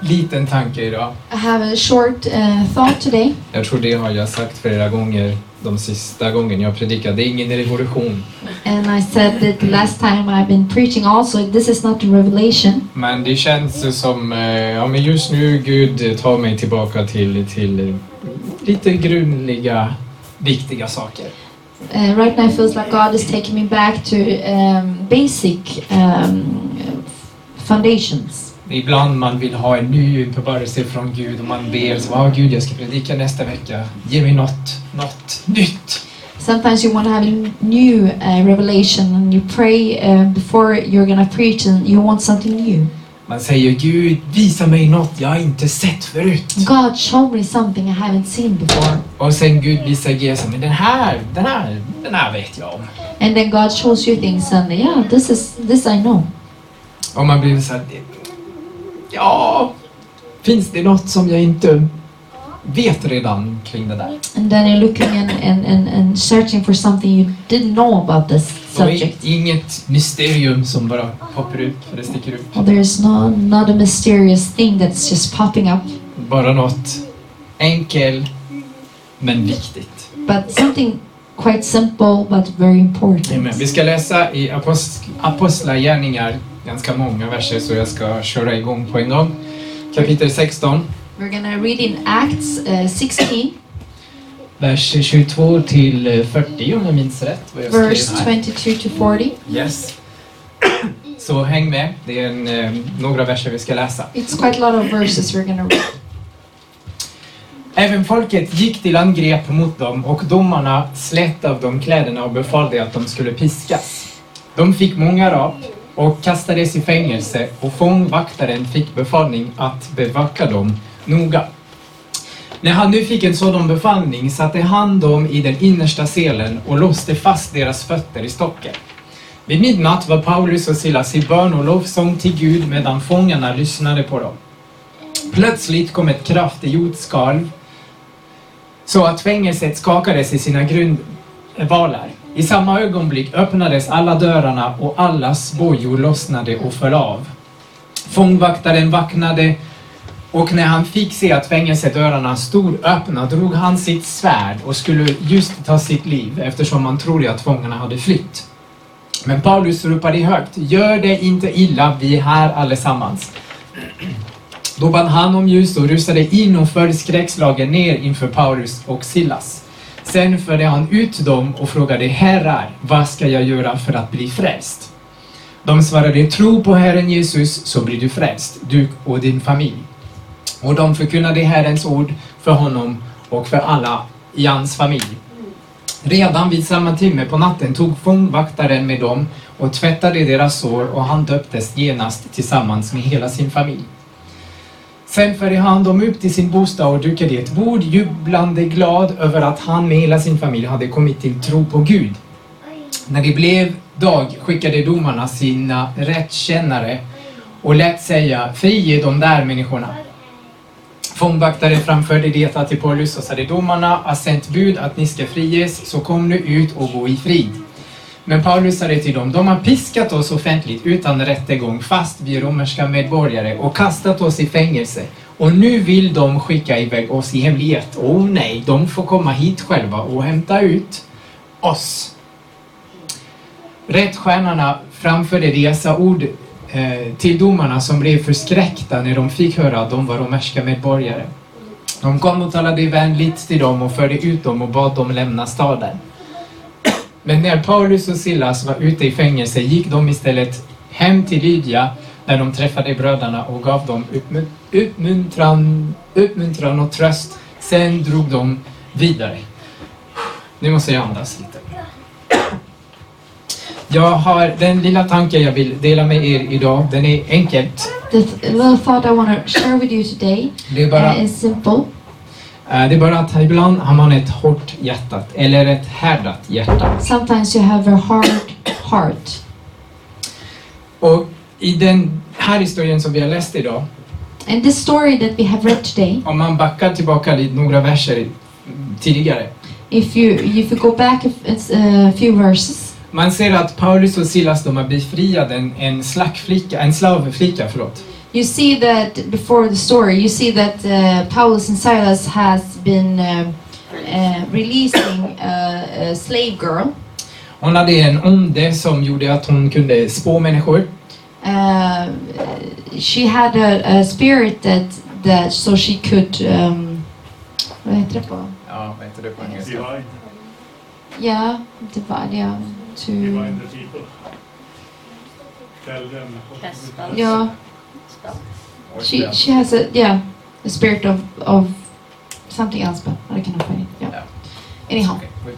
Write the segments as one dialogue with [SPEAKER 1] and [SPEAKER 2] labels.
[SPEAKER 1] hit en tanke idag.
[SPEAKER 2] I have a short uh, thought today.
[SPEAKER 1] Jag tror det har jag sagt flera gånger de sista gången jag predikade. Det är ingen revolution.
[SPEAKER 2] And I said that last time I've been preaching also, this is not a revelation.
[SPEAKER 1] Men det känns ju som, eh, ja men just nu Gud tar mig tillbaka till, till eh, lite grundliga, viktiga saker.
[SPEAKER 2] Uh, right now it feels like God is taking me back to um, basic um, foundations.
[SPEAKER 1] Ibland man vill ha en ny uppenbarelse från Gud och man ber så, ah, Gud jag ska predika nästa vecka. Ge mig något, något nytt.
[SPEAKER 2] Sometimes you want to have a new uh, revelation and you pray uh, before you're going to preach and you want something new.
[SPEAKER 1] Man säger Gud visa mig något jag inte sett förut.
[SPEAKER 2] God, show me something I haven't seen before.
[SPEAKER 1] Och sen Gud visar Jesus, men den här, den här, den här vet jag om.
[SPEAKER 2] And then God shows you things and yeah, this is this I know.
[SPEAKER 1] Och man blir så här, "Det- ja, finns det något som jag inte vet redan kring det där?
[SPEAKER 2] And then you're looking and, and, and, and searching for something you didn't know about this
[SPEAKER 1] Och i-
[SPEAKER 2] subject.
[SPEAKER 1] inget mysterium som bara poppar ut, eller sticker ut.
[SPEAKER 2] Well, there's no not a mysterious thing that's just popping up,
[SPEAKER 1] Bara något enkel, men viktigt.
[SPEAKER 2] but something quite simple but very
[SPEAKER 1] Amen.
[SPEAKER 2] important.
[SPEAKER 1] Vi ska läsa i Apost- Apostlagärningar, ganska många verser, så jag ska köra igång på en gång. Kapitel 16,
[SPEAKER 2] We're gonna read in Acts uh, 16,
[SPEAKER 1] vers 22 till 40 om jag minns rätt. Vad jag skrev
[SPEAKER 2] verse
[SPEAKER 1] här.
[SPEAKER 2] 22 to 40.
[SPEAKER 1] Yes. Så häng med, det är en, eh, några verser vi ska läsa.
[SPEAKER 2] It's quite a lot of verses we're gonna read.
[SPEAKER 1] Även folket gick till angrepp mot dem och domarna slet av dem kläderna och befallde att de skulle piskas. De fick många rap och kastades i fängelse och fångvaktaren fick befallning att bevaka dem noga. När han nu fick en sådan befallning satte han dem i den innersta selen och låste fast deras fötter i stocken. Vid midnatt var Paulus och Silas i bön och lovsång till Gud medan fångarna lyssnade på dem. Plötsligt kom ett kraftigt jordskalv så att fängelset skakades i sina grundvalar. I samma ögonblick öppnades alla dörrarna och allas bojor lossnade och föll av. Fångvaktaren vaknade och när han fick se att fängelsedörrarna stod öppna drog han sitt svärd och skulle just ta sitt liv eftersom han trodde att fångarna hade flytt. Men Paulus ropade högt, gör det inte illa, vi är här allesammans. Då band han om ljus och rusade in och föll skräckslagen ner inför Paulus och Silas. Sen förde han ut dem och frågade herrar, vad ska jag göra för att bli frälst? De svarade, tro på Herren Jesus så blir du frälst, du och din familj. Och de förkunnade Herrens ord för honom och för alla i hans familj. Redan vid samma timme på natten tog fångvaktaren med dem och tvättade deras sår och han döptes genast tillsammans med hela sin familj. Sen förde han dem upp till sin bostad och dukade ett bord, jublande glad över att han med hela sin familj hade kommit till tro på Gud. När det blev dag skickade domarna sina rättskännare och lät säga frige de där människorna. Fångvaktaren framförde detta till Paulus och sade domarna har sänt bud att ni ska friges, så kom nu ut och gå i frid. Men Paulus sade till dem, de har piskat oss offentligt utan rättegång fast vi är romerska medborgare och kastat oss i fängelse. Och nu vill de skicka iväg oss i hemlighet. Åh oh, nej, de får komma hit själva och hämta ut oss. Rättstjänarna framförde dessa ord eh, till domarna som blev förskräckta när de fick höra att de var romerska medborgare. De kom och talade vänligt till dem och förde ut dem och bad dem lämna staden. Men när Paulus och Silas var ute i fängelse gick de istället hem till Lydia när de träffade bröderna och gav dem uppmu- uppmuntran, uppmuntran och tröst. Sen drog de vidare. Nu måste jag andas lite. Jag har den lilla tanken jag vill dela med er idag. Den är enkelt.
[SPEAKER 2] The th- little thought I want to share with you today
[SPEAKER 1] Det är bara,
[SPEAKER 2] uh, is simple.
[SPEAKER 1] eh, det är bara att ibland har man ett hårt hjärtat eller ett härdat hjärta.
[SPEAKER 2] Sometimes you have a hard heart.
[SPEAKER 1] Och i den här historien som vi har läst idag
[SPEAKER 2] And this story that we have read today,
[SPEAKER 1] Om man backar tillbaka lite några verser tidigare.
[SPEAKER 2] if you if you go back a, f- a few verses,
[SPEAKER 1] Man ser att Paulus och Silas de har befriat en, en slackflicka, en slavflicka, förlåt.
[SPEAKER 2] You see that before the story, you see that uh, Paulus and Silas has been um uh, releasing a, a slave girl.
[SPEAKER 1] Hon hade en onde som gjorde att hon kunde spå människor.
[SPEAKER 2] Uh, she had a, a spirit that that so she could. Um, vad heter det på?
[SPEAKER 1] Ja, vad heter det på engelska?
[SPEAKER 3] Divine,
[SPEAKER 2] Yeah, divide. Yeah, to.
[SPEAKER 3] divine the people. Tell them.
[SPEAKER 4] Yes,
[SPEAKER 2] Yeah. She she has a yeah a spirit of of something else, but I cannot find it. Yeah.
[SPEAKER 1] Yeah.
[SPEAKER 2] Anyhow,
[SPEAKER 1] Okej, vi-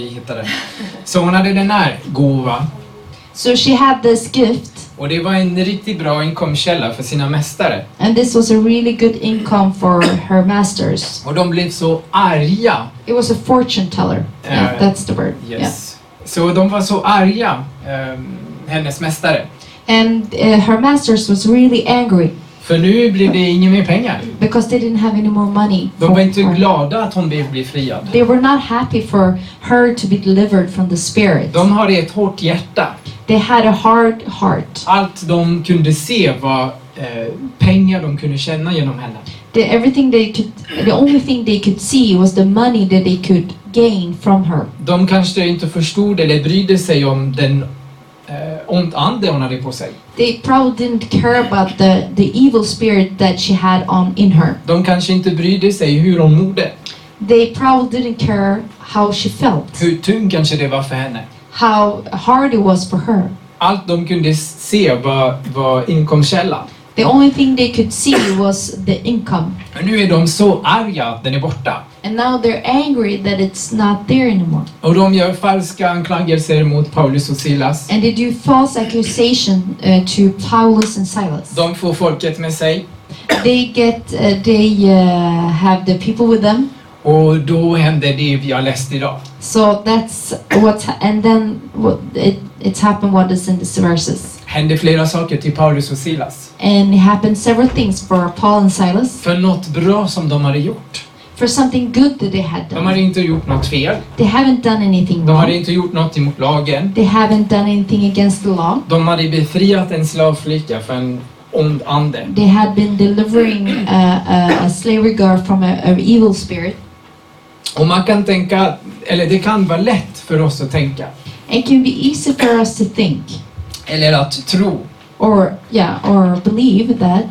[SPEAKER 1] Vi hittade den. Så hon hade den här gåva.
[SPEAKER 2] so she had this gift,
[SPEAKER 1] Och det var en riktigt bra inkomstkälla för sina mästare.
[SPEAKER 2] and this was a really good income for her masters.
[SPEAKER 1] Och de blev så arga.
[SPEAKER 2] It was a fortune teller. Yeah,
[SPEAKER 1] Uh,
[SPEAKER 2] that's the word.
[SPEAKER 1] Yes. Så de var så arga, ehm, hennes mästare.
[SPEAKER 2] Yeah. And uh, her masters was really angry
[SPEAKER 1] För nu blev det inga mer pengar.
[SPEAKER 2] because they didn't have any more money.
[SPEAKER 1] De
[SPEAKER 2] for
[SPEAKER 1] var inte
[SPEAKER 2] her.
[SPEAKER 1] glada att hon blev befriad.
[SPEAKER 2] They were not happy for her to be delivered from the spirit.
[SPEAKER 1] De har ett hårt hjärta.
[SPEAKER 2] They had a hard heart.
[SPEAKER 1] Allt de kunde se var eh, pengar de kunde tjäna genom henne.
[SPEAKER 2] The, everything they could, the only thing they could see was the money that they could gain from her.
[SPEAKER 1] De kanske inte förstod eller brydde sig om den eh, ont ande hon hade på sig.
[SPEAKER 2] They probably didn't care about the, the evil spirit that she had on in her.
[SPEAKER 1] De kanske inte brydde sig hur hon mådde.
[SPEAKER 2] They probably didn't care how she felt,
[SPEAKER 1] Hur tung kanske det var för henne.
[SPEAKER 2] how hard it was for her.
[SPEAKER 1] Allt de kunde se var, var inkomstkälla.
[SPEAKER 2] The only thing they could see was the income.
[SPEAKER 1] Men nu är de så arga att den är borta.
[SPEAKER 2] And now they're angry that it's not there anymore.
[SPEAKER 1] Och de gör falska anklagelser mot Paulus och Silas.
[SPEAKER 2] And they do false accusation uh, to Paulus and Silas.
[SPEAKER 1] De får folket med sig.
[SPEAKER 2] They get, uh, they uh, have the people with them.
[SPEAKER 1] Och då händer det vi har läst idag.
[SPEAKER 2] So that's what, and then what it, it's happened. What is in these verses,
[SPEAKER 1] Händer flera saker till Paulus och Silas.
[SPEAKER 2] and it happened several things for Paul and Silas
[SPEAKER 1] För något bra som de hade gjort.
[SPEAKER 2] for something good that they had
[SPEAKER 1] De hade
[SPEAKER 2] done.
[SPEAKER 1] inte gjort något fel.
[SPEAKER 2] They haven't done anything
[SPEAKER 1] De hade
[SPEAKER 2] wrong.
[SPEAKER 1] inte gjort något emot lagen.
[SPEAKER 2] They haven't done anything against the law.
[SPEAKER 1] De hade befriat en slavflicka för en ond ande.
[SPEAKER 2] They had been delivering a, a, a slavery girl from a, a evil spirit.
[SPEAKER 1] Och man kan tänka, eller det kan vara lätt för oss att tänka.
[SPEAKER 2] It can be easy for us to think,
[SPEAKER 1] Eller att tro.
[SPEAKER 2] or yeah, or believe that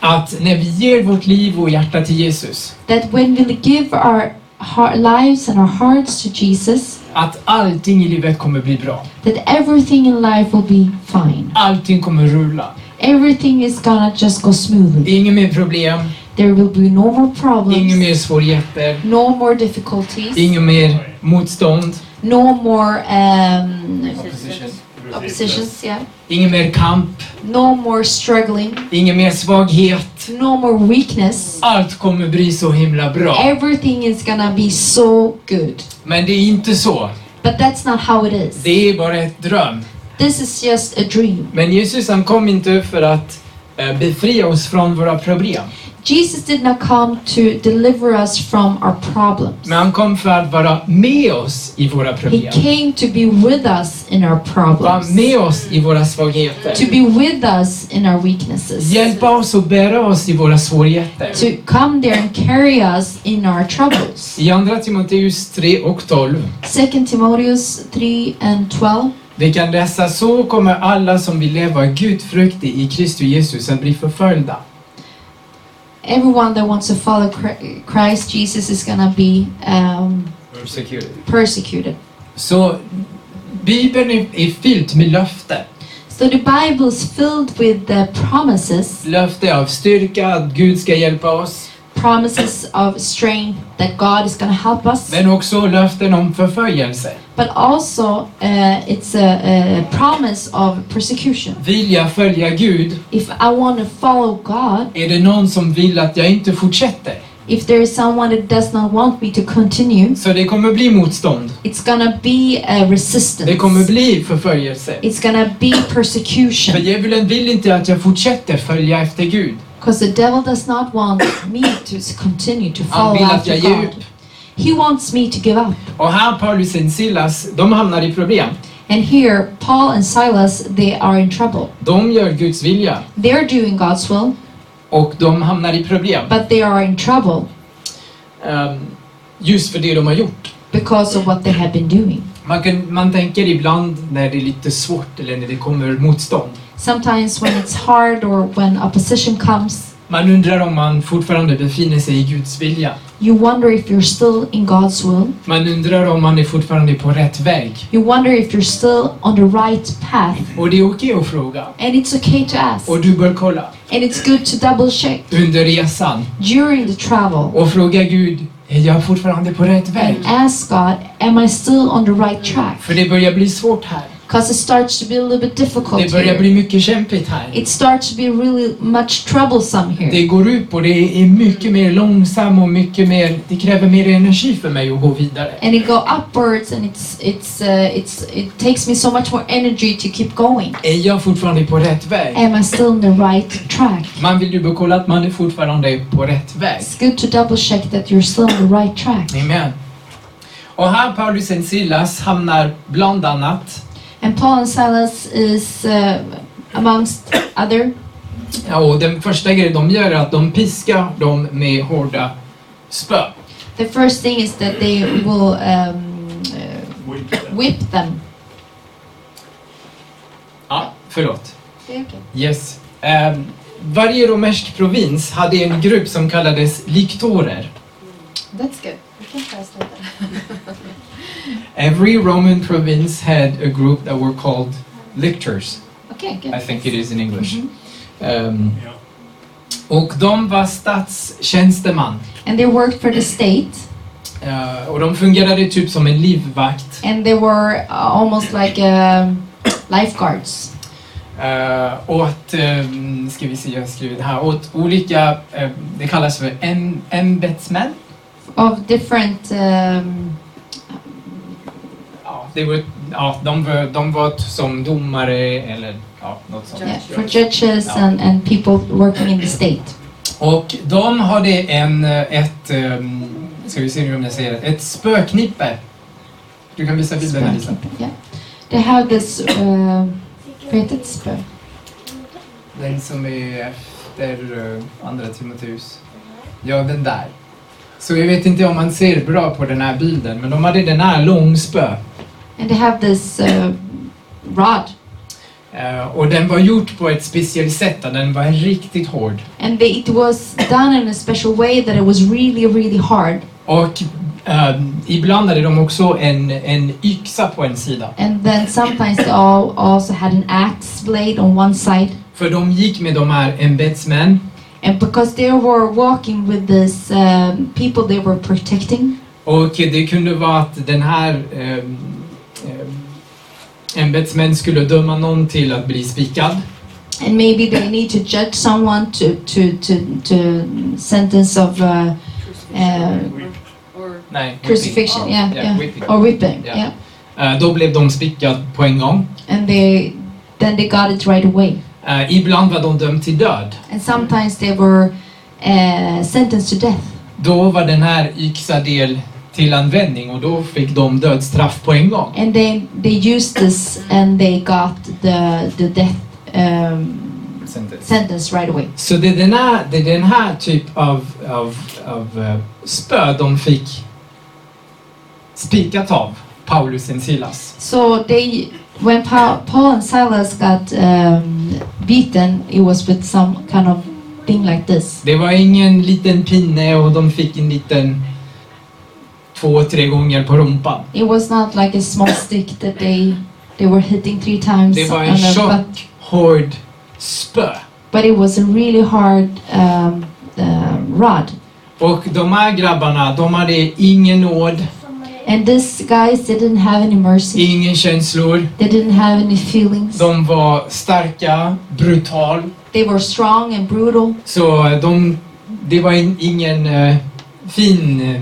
[SPEAKER 1] Att när vi ger vårt liv och hjärta till Jesus.
[SPEAKER 2] that when we give our heart, lives and our hearts to Jesus,
[SPEAKER 1] Att allting i livet kommer bli bra.
[SPEAKER 2] that everything in life will be fine.
[SPEAKER 1] Allting kommer rulla.
[SPEAKER 2] Everything is gonna just go smoothly.
[SPEAKER 1] Inga mer problem,
[SPEAKER 2] There will be no more
[SPEAKER 1] inga
[SPEAKER 2] problems,
[SPEAKER 1] mer svårigheter,
[SPEAKER 2] no more difficulties,
[SPEAKER 1] inga mer motstånd,
[SPEAKER 2] no more um,
[SPEAKER 1] Opposition.
[SPEAKER 2] oppositions. Yeah,
[SPEAKER 1] inga mer kamp,
[SPEAKER 2] no more struggling,
[SPEAKER 1] inga mer svaghet.
[SPEAKER 2] no more weakness.
[SPEAKER 1] Allt kommer bli så himla bra.
[SPEAKER 2] Everything is gonna be so good.
[SPEAKER 1] Men det är inte så.
[SPEAKER 2] But that's not how it is.
[SPEAKER 1] Det är bara ett dröm.
[SPEAKER 2] This is just a dream.
[SPEAKER 1] Men Jesus han kom inte för att eh, befria oss från våra problem.
[SPEAKER 2] Jesus did not come to deliver us from our problems.
[SPEAKER 1] Men han kom för att vara med oss i våra
[SPEAKER 2] He
[SPEAKER 1] problem.
[SPEAKER 2] came to be with us in our
[SPEAKER 1] Vara
[SPEAKER 2] problems.
[SPEAKER 1] med oss i våra svagheter.
[SPEAKER 2] to be with us in our weaknesses,
[SPEAKER 1] Hjälpa oss och bära oss i våra svårigheter.
[SPEAKER 2] to come there and carry us in our troubles.
[SPEAKER 1] I Andra Timoteus 3 och 12
[SPEAKER 2] Second Timotheus 3 and 12.
[SPEAKER 1] Vi kan läsa så kommer alla som vill leva gudfruktig i Kristus Jesus att bli förföljda.
[SPEAKER 2] Everyone that wants to follow Chri- Christ Jesus is gonna be um, persecuted.
[SPEAKER 1] Så Bibeln är, är fylld med löfte.
[SPEAKER 2] So the Bible is filled with the promises,
[SPEAKER 1] Löfte av styrka, att Gud ska hjälpa oss.
[SPEAKER 2] promises of strength that God is gonna help us,
[SPEAKER 1] Men också löften om förföljelse.
[SPEAKER 2] but also uh, it's a, a promise of persecution.
[SPEAKER 1] Vill jag följa Gud?
[SPEAKER 2] If I want to follow God,
[SPEAKER 1] Är det någon som vill att jag inte fortsätter?
[SPEAKER 2] If there is someone that does not want me to continue,
[SPEAKER 1] Så det kommer bli motstånd.
[SPEAKER 2] it's gonna be a resistance.
[SPEAKER 1] Det kommer bli förföljelse.
[SPEAKER 2] It's gonna be
[SPEAKER 1] För
[SPEAKER 2] persecution.
[SPEAKER 1] djävulen vill inte att jag fortsätter följa efter Gud.
[SPEAKER 2] Because the devil does not want me to s- continue to
[SPEAKER 1] Han
[SPEAKER 2] follow
[SPEAKER 1] vill att jag
[SPEAKER 2] after
[SPEAKER 1] ger upp.
[SPEAKER 2] God. He wants me to give up.
[SPEAKER 1] Och här Paulus och Silas, de hamnar i problem.
[SPEAKER 2] And here, Paul and Silas, they are in trouble.
[SPEAKER 1] De gör Guds vilja
[SPEAKER 2] They're doing God's will,
[SPEAKER 1] och de hamnar i problem
[SPEAKER 2] but they are in trouble
[SPEAKER 1] ehm, just för det de har gjort.
[SPEAKER 2] because of what they have been doing.
[SPEAKER 1] Man, kan, man tänker ibland när det är lite svårt eller när det kommer motstånd.
[SPEAKER 2] Sometimes when it's hard or when opposition comes,
[SPEAKER 1] Man undrar om man fortfarande befinner sig i Guds vilja.
[SPEAKER 2] you wonder if you're still in God's will.
[SPEAKER 1] Man undrar om man är fortfarande på rätt väg.
[SPEAKER 2] You wonder if you're still on the right path.
[SPEAKER 1] Och det är okej att fråga.
[SPEAKER 2] And it's okay to ask.
[SPEAKER 1] Och du bör kolla
[SPEAKER 2] And it's good to double check
[SPEAKER 1] under resan
[SPEAKER 2] during the travel
[SPEAKER 1] och fråga Gud, är jag fortfarande på rätt väg?
[SPEAKER 2] and ask God, Am I still on the right track?
[SPEAKER 1] För det börjar bli svårt här.
[SPEAKER 2] Because it starts to be a little bit difficult
[SPEAKER 1] Det börjar
[SPEAKER 2] here.
[SPEAKER 1] bli mycket kämpigt här.
[SPEAKER 2] It starts to be really much troublesome here.
[SPEAKER 1] Det går upp och det är mycket mer långsam och mycket mer, det kräver mer energi för mig att gå vidare.
[SPEAKER 2] And it go upwards, and it's it's uh, it's it takes me so much more energy to keep going.
[SPEAKER 1] Är jag fortfarande på rätt väg?
[SPEAKER 2] Am I still on the right track?
[SPEAKER 1] Man vill ju kolla att man är fortfarande på rätt väg.
[SPEAKER 2] It's good to double check that you're still on the right track.
[SPEAKER 1] Amen. Och här Paulus och Silas hamnar bland annat,
[SPEAKER 2] And Paul and Silas is uh, amongst other.
[SPEAKER 1] ja, och den första grejen de gör är att de piskar dem med hårda spö.
[SPEAKER 2] The first thing is that they will um, uh, whip them.
[SPEAKER 1] Ja, förlåt. Yes. Ehm, varje romersk provins hade en grupp som kallades liktorer.
[SPEAKER 2] That's good.
[SPEAKER 1] Every Roman province had a group that were called lictors.
[SPEAKER 2] Okay, good.
[SPEAKER 1] I think it is in English.
[SPEAKER 2] Mhm.
[SPEAKER 1] Ehm, och de var statstjänsteman.
[SPEAKER 2] And they worked for the state,
[SPEAKER 1] Eh, och de fungerade typ som en livvakt.
[SPEAKER 2] and they were uh, almost like um, lifeguards.
[SPEAKER 1] Eh, åt, ehm, ska vi se, jag har skrivit här, åt olika, eh, det kallas för en, ämbetsmän.
[SPEAKER 2] of different um,
[SPEAKER 1] Ja, det var, ja, de, var, de var t- som domare eller ja, något sånt.
[SPEAKER 2] yeah, for judges and, and people working in the state.
[SPEAKER 1] Och de hade en, eh, ett, ehm, ska vi se nu om jag säger det, ett spöknippe. Du kan visa bilden här Lisa.
[SPEAKER 2] Yeah. They have this uh, painted spur.
[SPEAKER 1] Den som är efter eh, andra Timoteus. Ja, den där. Så jag vet inte om man ser bra på den här bilden, men de hade den här långspö.
[SPEAKER 2] And they have this uh, rod.
[SPEAKER 1] Eh, Och den var gjord på ett speciellt sätt, och den var riktigt hård.
[SPEAKER 2] And they, it was done in a special way that it was really, really hard.
[SPEAKER 1] Och eh, ibland hade de också en, en yxa på en sida.
[SPEAKER 2] And then sometimes they all also had an axe blade on one side.
[SPEAKER 1] För de gick med de här ämbetsmän
[SPEAKER 2] And because they were walking with this um, people they were protecting,
[SPEAKER 1] Och det kunde vara att den här eh, eh, ämbetsmän skulle döma någon till att bli spikad.
[SPEAKER 2] and maybe they need to judge someone to to to, to sentence of uh, uh,
[SPEAKER 3] Or
[SPEAKER 1] Nej,
[SPEAKER 2] crucifixion, yeah,
[SPEAKER 1] Yeah,
[SPEAKER 2] yeah,
[SPEAKER 1] whipping.
[SPEAKER 2] or whipping,
[SPEAKER 1] Yeah.
[SPEAKER 2] yeah.
[SPEAKER 1] Eh, Då blev de spikad på en gång.
[SPEAKER 2] and they then they got it right away.
[SPEAKER 1] Eh, ibland var de dömd till död.
[SPEAKER 2] And sometimes they were uh, sentenced to death,
[SPEAKER 1] Då var den här yxa del till användning och då fick de dödsstraff på en gång.
[SPEAKER 2] and they they used this and they got the the death um, sentence right away.
[SPEAKER 1] Så det är den här, det är den här typ av, av, av eh, spö de fick spikat av Paulus och Silas.
[SPEAKER 2] So they when Paul, Paul and Silas got um, beaten, it was with some kind of thing like this.
[SPEAKER 1] Det var ingen liten pinne och de fick en liten två, tre gånger på rumpan.
[SPEAKER 2] It was not like a small stick that they they were hitting three times.
[SPEAKER 1] Det var
[SPEAKER 2] on
[SPEAKER 1] en
[SPEAKER 2] the-
[SPEAKER 1] tjock, hård spö.
[SPEAKER 2] but, but it was a really hard um, uh, rod.
[SPEAKER 1] Och de här grabbarna, de hade ingen nåd,
[SPEAKER 2] And these guys they didn't have any mercy.
[SPEAKER 1] ingen känslor.
[SPEAKER 2] They didn't have any feelings.
[SPEAKER 1] De var starka, brutal.
[SPEAKER 2] They were strong and brutal.
[SPEAKER 1] Så eh, de, det var in, ingen eh, fin, eh,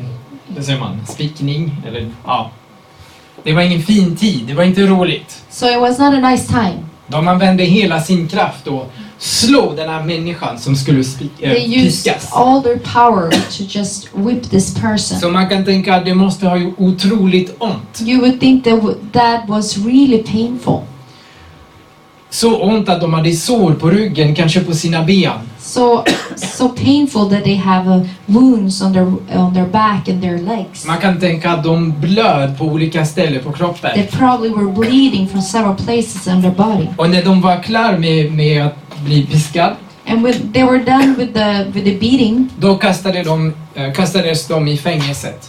[SPEAKER 1] vad säger man, spickning? Eller ja. Det var ingen fin tid, det var inte roligt.
[SPEAKER 2] So it was not a nice time.
[SPEAKER 1] De använde hela sin kraft och slå den här människan som skulle spi- eh,
[SPEAKER 2] They used
[SPEAKER 1] piskas.
[SPEAKER 2] all their power to just whip this person.
[SPEAKER 1] Så man kan tänka att det måste ha gjort otroligt ont.
[SPEAKER 2] You would think that w- that was really painful.
[SPEAKER 1] Så ont att de hade sår på ryggen, kanske på sina ben.
[SPEAKER 2] So so painful that they have uh, wounds on their on their back and their legs.
[SPEAKER 1] Man kan tänka att de blöd på olika ställen på kroppen.
[SPEAKER 2] They probably were bleeding from several places on their body.
[SPEAKER 1] Och när de var klar med, med att bli piskad,
[SPEAKER 2] And when they were done with the with the beating,
[SPEAKER 1] då kastade de, eh, kastades de i fängelset.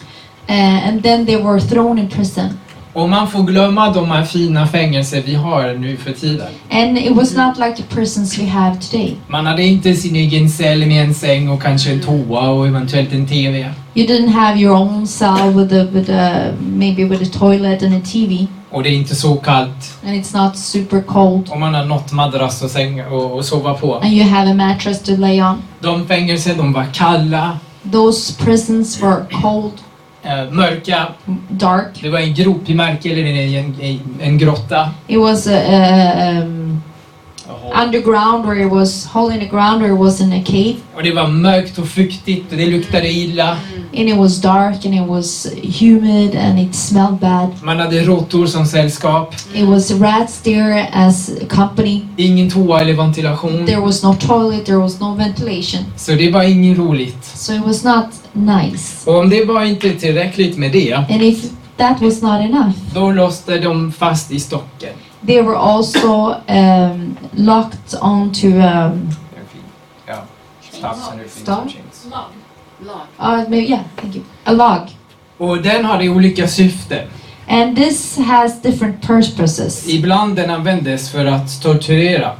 [SPEAKER 2] uh, and then they were thrown in prison.
[SPEAKER 1] Och man får glömma de här fina fängelser vi har nu för tiden.
[SPEAKER 2] And it was not like the prisons we have today.
[SPEAKER 1] Man hade inte sin egen cell med en säng och kanske en toa och eventuellt en TV.
[SPEAKER 2] You didn't have your own cell with a with a maybe with a toilet and a TV,
[SPEAKER 1] Och det är inte så kallt.
[SPEAKER 2] and it's not super cold.
[SPEAKER 1] Och man har något madrass och säng och, och sova på.
[SPEAKER 2] And you have a mattress to lay on.
[SPEAKER 1] De fängelser, de var kalla,
[SPEAKER 2] Those prisons were cold,
[SPEAKER 1] eh, mörka.
[SPEAKER 2] dark.
[SPEAKER 1] Det var en grop i märke eller i en, i en grotta.
[SPEAKER 2] It was a, a um, underground where it was hole in the ground where it was in a cave,
[SPEAKER 1] Och det var mörkt och fuktigt och det luktade illa.
[SPEAKER 2] and it was dark and it was humid and it smelled bad.
[SPEAKER 1] Man hade råttor som sällskap.
[SPEAKER 2] It was rats there as a company.
[SPEAKER 1] Ingen toa eller ventilation.
[SPEAKER 2] There was no toilet. There was no ventilation.
[SPEAKER 1] Så det var inget roligt.
[SPEAKER 2] So it was not nice.
[SPEAKER 1] Och om det var inte tillräckligt med det,
[SPEAKER 2] And if that was not enough,
[SPEAKER 1] då låste de fast i stocken.
[SPEAKER 2] they were also um, locked onto um,
[SPEAKER 1] Ja.
[SPEAKER 2] Stav? uh, maybe, yeah, thank you, a log.
[SPEAKER 1] Och den hade olika syften.
[SPEAKER 2] And this has different purposes.
[SPEAKER 1] Ibland den användes för att torturera.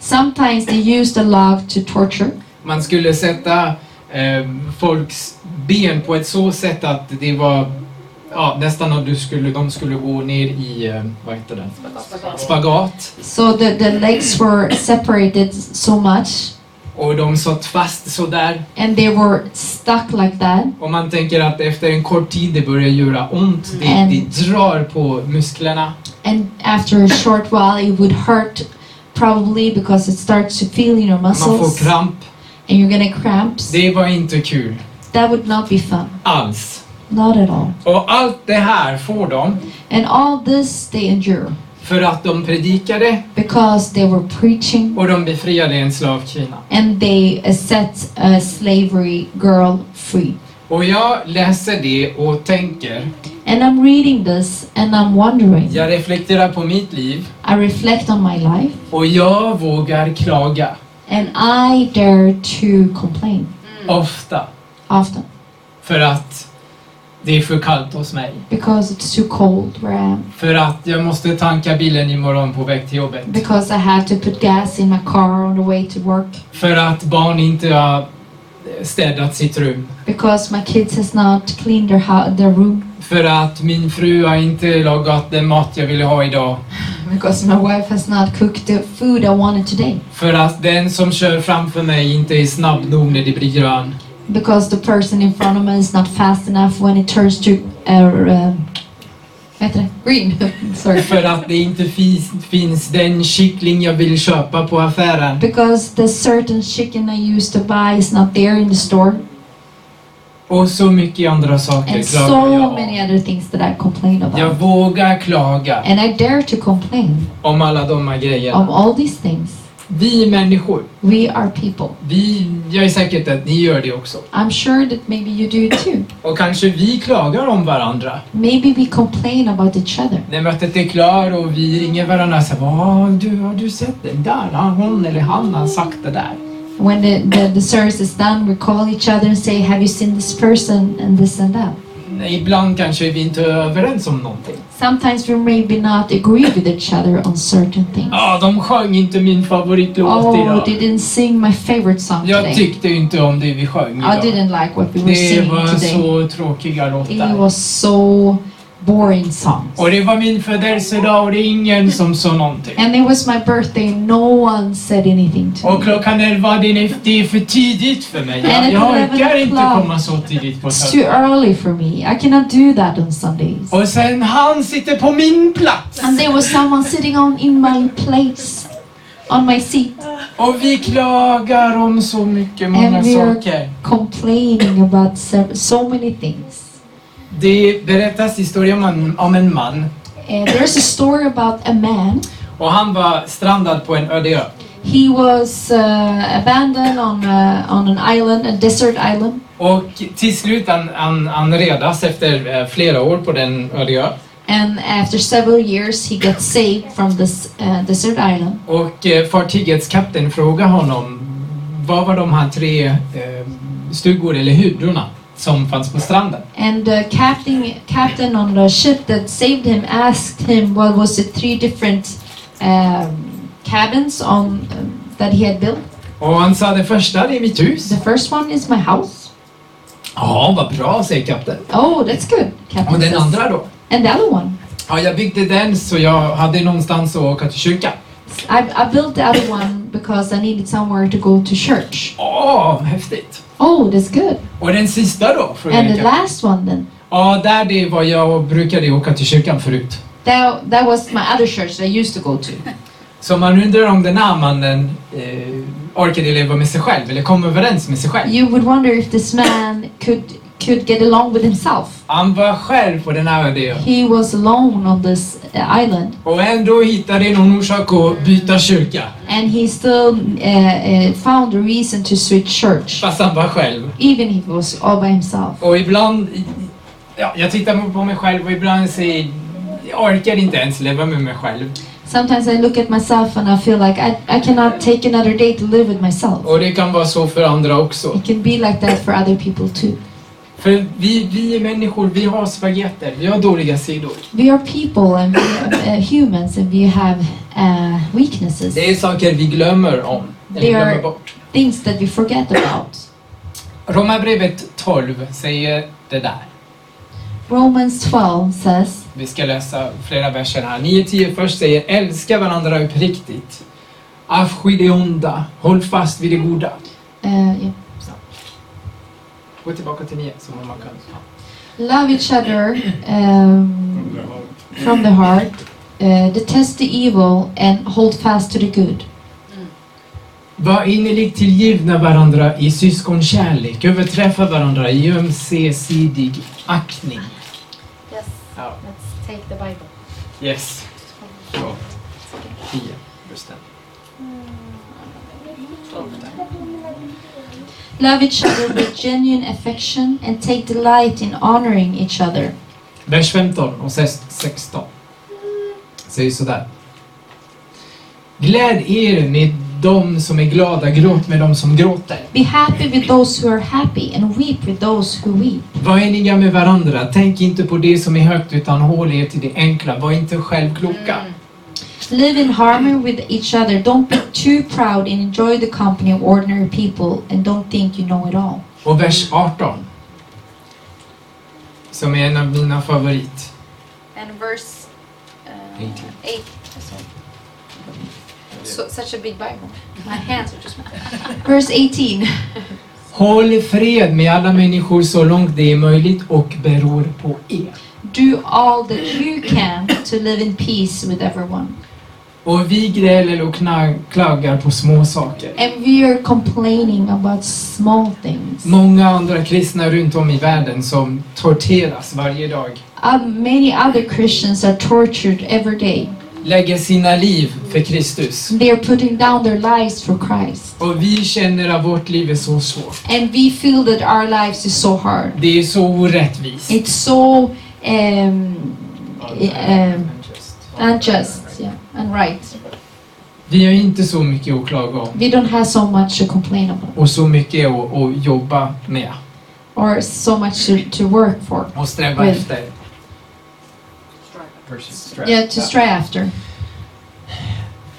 [SPEAKER 2] Sometimes they used the log to torture.
[SPEAKER 1] Man skulle sätta eh, folks ben på ett så sätt att det var ja, nästan att du skulle, de skulle gå ner i, eh, vad heter det? Spagat.
[SPEAKER 2] So the, the legs were separated so much
[SPEAKER 1] Och de satt fast sådär.
[SPEAKER 2] and they were stuck like that.
[SPEAKER 1] Och man tänker att efter en kort tid det börjar göra ont. Det,
[SPEAKER 2] Mm.
[SPEAKER 1] det drar på musklerna.
[SPEAKER 2] And after a short while, it would hurt probably because it starts to feel in your
[SPEAKER 1] Man får
[SPEAKER 2] muscles
[SPEAKER 1] kramp.
[SPEAKER 2] and you're gonna cramps.
[SPEAKER 1] Det var inte kul
[SPEAKER 2] That would not be fun.
[SPEAKER 1] alls.
[SPEAKER 2] Not at all.
[SPEAKER 1] Och allt det här får de
[SPEAKER 2] And all this they endure
[SPEAKER 1] för att de predikade
[SPEAKER 2] because they were preaching
[SPEAKER 1] och de befriade en slavkvinna.
[SPEAKER 2] and they uh, set a slavery girl free.
[SPEAKER 1] Och jag läser det och tänker,
[SPEAKER 2] And I'm reading this and I'm wondering.
[SPEAKER 1] jag reflekterar på mitt liv
[SPEAKER 2] I reflect on my life
[SPEAKER 1] och jag vågar klaga
[SPEAKER 2] and I dare to complain
[SPEAKER 1] ofta
[SPEAKER 2] often
[SPEAKER 1] för att det är för kallt hos mig.
[SPEAKER 2] because it's too cold where I am,
[SPEAKER 1] För att jag måste tanka bilen imorgon på väg till jobbet.
[SPEAKER 2] because I have to put gas in my car on the way to work,
[SPEAKER 1] För att barn inte har städat sitt rum.
[SPEAKER 2] because my kids has not cleaned their, hou- their room,
[SPEAKER 1] För att min fru har inte lagat den mat jag ville ha idag.
[SPEAKER 2] because my wife has not cooked the food I wanted today,
[SPEAKER 1] För att den som kör framför mig inte är snabb nog när det blir grön.
[SPEAKER 2] because the person in front of me is not fast enough when it turns to uh, um, vad heter det? green. Sorry.
[SPEAKER 1] För att det inte fi- finns den kyckling jag vill köpa på affären.
[SPEAKER 2] Because the certain chicken I used to buy is not there in the store,
[SPEAKER 1] Och så mycket andra saker
[SPEAKER 2] and
[SPEAKER 1] klagar
[SPEAKER 2] so
[SPEAKER 1] jag
[SPEAKER 2] many
[SPEAKER 1] om.
[SPEAKER 2] other things that I complain about.
[SPEAKER 1] Jag vågar klaga
[SPEAKER 2] And I dare to complain
[SPEAKER 1] om alla de här
[SPEAKER 2] of
[SPEAKER 1] grejerna.
[SPEAKER 2] all these things.
[SPEAKER 1] Vi människor,
[SPEAKER 2] We are people.
[SPEAKER 1] vi, jag är säker att ni gör det också.
[SPEAKER 2] I'm sure that maybe you do it too.
[SPEAKER 1] Och kanske vi klagar om varandra.
[SPEAKER 2] Maybe we complain about each other.
[SPEAKER 1] När mötet är klart och vi ringer varandra och säger "Ah, du, har du sett den där? Han, hon eller han har sagt det där.
[SPEAKER 2] When the, the, the service is done, we call each other and say, Have you seen this person? and this and that.
[SPEAKER 1] Nej, Ibland kanske vi inte är överens om någonting.
[SPEAKER 2] Sometimes we maybe not agree with each other on certain things.
[SPEAKER 1] Ja, de sjöng inte min favoritlåt
[SPEAKER 2] Oh, they
[SPEAKER 1] idag.
[SPEAKER 2] didn't sing my favorite song
[SPEAKER 1] Jag
[SPEAKER 2] today.
[SPEAKER 1] tyckte inte om det vi sjöng
[SPEAKER 2] I
[SPEAKER 1] idag.
[SPEAKER 2] didn't like what we were
[SPEAKER 1] Det
[SPEAKER 2] singing
[SPEAKER 1] var
[SPEAKER 2] today.
[SPEAKER 1] så tråkiga
[SPEAKER 2] It
[SPEAKER 1] låtar.
[SPEAKER 2] was so boring songs.
[SPEAKER 1] Och det var min födelsedag och det är ingen som sa någonting.
[SPEAKER 2] And it was my birthday. No one said anything to me.
[SPEAKER 1] Och klockan elva, det är det är för tidigt för mig. Jag,
[SPEAKER 2] And
[SPEAKER 1] jag
[SPEAKER 2] it's
[SPEAKER 1] orkar
[SPEAKER 2] 11
[SPEAKER 1] inte
[SPEAKER 2] o'clock.
[SPEAKER 1] komma så tidigt på
[SPEAKER 2] It's too
[SPEAKER 1] söndag.
[SPEAKER 2] early for me. I cannot do that on Sundays.
[SPEAKER 1] Och sen han sitter på min plats.
[SPEAKER 2] And there was someone sitting on in my place. on my seat
[SPEAKER 1] Och vi klagar om så mycket många
[SPEAKER 2] And we are-
[SPEAKER 1] saker.
[SPEAKER 2] complaining about so, so many things.
[SPEAKER 1] Det berättas historier om en, om en man
[SPEAKER 2] And there's a story about a man.
[SPEAKER 1] och han var strandad på en öde ö.
[SPEAKER 2] He was uh, abandoned on, uh, on an island, a desert island.
[SPEAKER 1] Och till slut han, han, han redas efter eh, flera år på den öde ö.
[SPEAKER 2] And after several years, he got saved from this uh, desert island.
[SPEAKER 1] Och eh, fartygets kapten frågar honom vad var de här tre eh, stugor eller hydrorna som fanns på stranden?
[SPEAKER 2] And the captain, captain on the ship that saved him asked him what was the three different um, cabins on um, that he had built.
[SPEAKER 1] Och han sa det första, det är mitt hus.
[SPEAKER 2] The first one is my house.
[SPEAKER 1] Ja, vad bra, säger kapten.
[SPEAKER 2] Oh, that's good,
[SPEAKER 1] Och
[SPEAKER 2] captain
[SPEAKER 1] den
[SPEAKER 2] says.
[SPEAKER 1] andra då?
[SPEAKER 2] And the other one,
[SPEAKER 1] Ja, jag byggde den så jag hade någonstans att åka till kyrkan.
[SPEAKER 2] I, I built the other one because I needed somewhere to go to church.
[SPEAKER 1] Åh, häftigt!
[SPEAKER 2] Oh, that's good.
[SPEAKER 1] Och den sista då? frågar
[SPEAKER 2] And the
[SPEAKER 1] kapten.
[SPEAKER 2] last one then,
[SPEAKER 1] Ja, där det var jag brukade åka till kyrkan förut.
[SPEAKER 2] that, that was my other church that I used to go to.
[SPEAKER 1] Så man undrar om den här mannen eh, orkade leva med sig själv eller kom överens med sig själv.
[SPEAKER 2] You would wonder if this man could could get along with himself.
[SPEAKER 1] Han var själv på den här ön.
[SPEAKER 2] He was alone on this uh, island,
[SPEAKER 1] Och ändå hittade någon orsak att byta kyrka.
[SPEAKER 2] and he still uh, uh, found a reason to switch church,
[SPEAKER 1] Fast han var själv.
[SPEAKER 2] even if he was all by himself.
[SPEAKER 1] Och ibland... Ja, jag tittar på mig själv och ibland säger jag orkar inte ens leva med mig själv.
[SPEAKER 2] Sometimes I look at myself and I feel like I, I cannot take another day to live with myself.
[SPEAKER 1] Och det kan vara så för andra också.
[SPEAKER 2] It can be like that for other people too.
[SPEAKER 1] För vi, vi är människor, vi har spagetter, vi har dåliga sidor.
[SPEAKER 2] We are people and we are uh, humans and we have uh, weaknesses,
[SPEAKER 1] Det är saker vi glömmer om, eller
[SPEAKER 2] Det är-
[SPEAKER 1] glömmer bort.
[SPEAKER 2] things that we forget about.
[SPEAKER 1] Romarbrevet 12 säger det där.
[SPEAKER 2] Romans 12 says,
[SPEAKER 1] Vi ska läsa flera verser här. 9-10 först säger älska varandra uppriktigt. Avsky det onda, håll fast vid det goda.
[SPEAKER 2] uh, yeah.
[SPEAKER 1] Gå tillbaka till 9 så man kan.
[SPEAKER 2] Love each other um, from the heart, uh, detest the evil, and hold fast to the good.
[SPEAKER 1] Var innerligt tillgivna varandra i syskonkärlek, överträffa varandra i ömsesidig aktning.
[SPEAKER 3] Yes,
[SPEAKER 1] Ja,
[SPEAKER 3] let's take the Bible.
[SPEAKER 1] yes. Ja. Tio, just det.
[SPEAKER 2] Love each other with genuine affection and take delight in honoring each other.
[SPEAKER 1] Vers 15 och ses- 16 säger sådär. Gläd er med dem som är glada, gråt med dem som gråter.
[SPEAKER 2] Be happy with those who are happy and weep with those who weep.
[SPEAKER 1] Var eniga med varandra, tänk inte på det som är högt utan håll er till det enkla, var inte självkloka.
[SPEAKER 2] Live in harmony with each other. Don't be too proud and enjoy the company of ordinary people and don't think you know it all.
[SPEAKER 1] Och vers 18, som är en av mina favorit.
[SPEAKER 3] And verse uh,
[SPEAKER 1] Eighteen.
[SPEAKER 3] 8. Sorry. So, such a big Bible. My hands are just.
[SPEAKER 2] Verse 18.
[SPEAKER 1] Håll fred med alla människor så långt det är möjligt och beror på er.
[SPEAKER 2] Do all that you can to live in peace with everyone.
[SPEAKER 1] Och vi gräler och kna- klagar på små saker.
[SPEAKER 2] And we are complaining about small things.
[SPEAKER 1] Många andra kristna runt om i världen som torteras varje dag
[SPEAKER 2] Uh, many other Christians are tortured every day.
[SPEAKER 1] lägger sina liv för Kristus.
[SPEAKER 2] They are putting down their lives for Christ.
[SPEAKER 1] Och vi känner att vårt liv är så svårt.
[SPEAKER 2] And we feel that our lives is so hard.
[SPEAKER 1] Det är så orättvist.
[SPEAKER 2] It's so um, um, unjust, yeah, unright.
[SPEAKER 1] Vi har inte så mycket att klaga om
[SPEAKER 2] We don't have so much to complain about
[SPEAKER 1] och så mycket att, att jobba med
[SPEAKER 2] or so much to, to work for.
[SPEAKER 1] och sträva
[SPEAKER 2] Well.
[SPEAKER 1] efter. Strive.
[SPEAKER 2] Yeah, to strive after.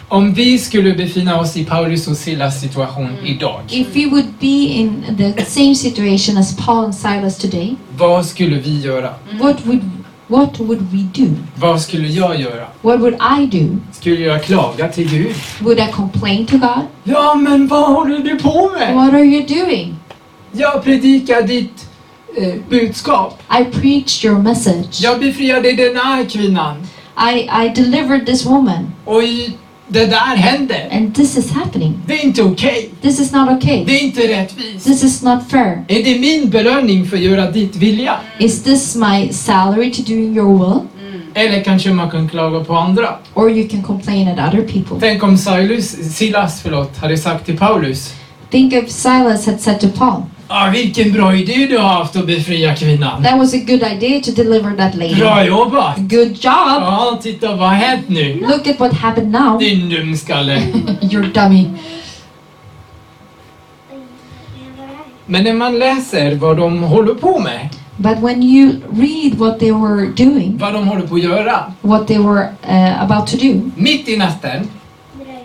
[SPEAKER 1] Om vi skulle befinna oss i Paulus och Silas situation
[SPEAKER 2] Mm.
[SPEAKER 1] idag,
[SPEAKER 2] If we would be in the same situation as Paul and Silas today,
[SPEAKER 1] vad skulle vi göra?
[SPEAKER 2] what would what would we do?
[SPEAKER 1] Vad skulle jag göra?
[SPEAKER 2] What would I do?
[SPEAKER 1] Skulle jag klaga till Gud?
[SPEAKER 2] Would I complain to God?
[SPEAKER 1] Ja, men vad håller du på med?
[SPEAKER 2] What are you doing?
[SPEAKER 1] Jag predikar ditt eh, budskap.
[SPEAKER 2] I preached your message.
[SPEAKER 1] Jag befriade den här kvinnan.
[SPEAKER 2] I, I delivered this woman.
[SPEAKER 1] Och i Det där händer!
[SPEAKER 2] And this is happening.
[SPEAKER 1] Det är inte okej!
[SPEAKER 2] This is not
[SPEAKER 1] Det
[SPEAKER 2] okay.
[SPEAKER 1] är inte rättvist!
[SPEAKER 2] This is not fair.
[SPEAKER 1] Är det min belöning för att göra ditt vilja?
[SPEAKER 2] Is this my salary to doing your will?
[SPEAKER 1] Eller kanske man kan klaga på andra?
[SPEAKER 2] Or you can complain at other people.
[SPEAKER 1] Tänk om Silas, Silas förlåt, hade sagt till Paulus
[SPEAKER 2] Think if Silas had said to Paul,
[SPEAKER 1] ah, Vilken bra idé du har haft att befria kvinnan!
[SPEAKER 2] That was a good idea to deliver that lady.
[SPEAKER 1] Bra jobbat!
[SPEAKER 2] Good job!
[SPEAKER 1] Ja, titta vad har hänt nu?
[SPEAKER 2] Look at what happened now.
[SPEAKER 1] Din dumskalle!
[SPEAKER 2] You're dummy.
[SPEAKER 1] Men när man läser vad de håller på med,
[SPEAKER 2] But when you read what they were doing,
[SPEAKER 1] vad de håller på att göra,
[SPEAKER 2] what they were uh, about to do,
[SPEAKER 1] mitt i natten,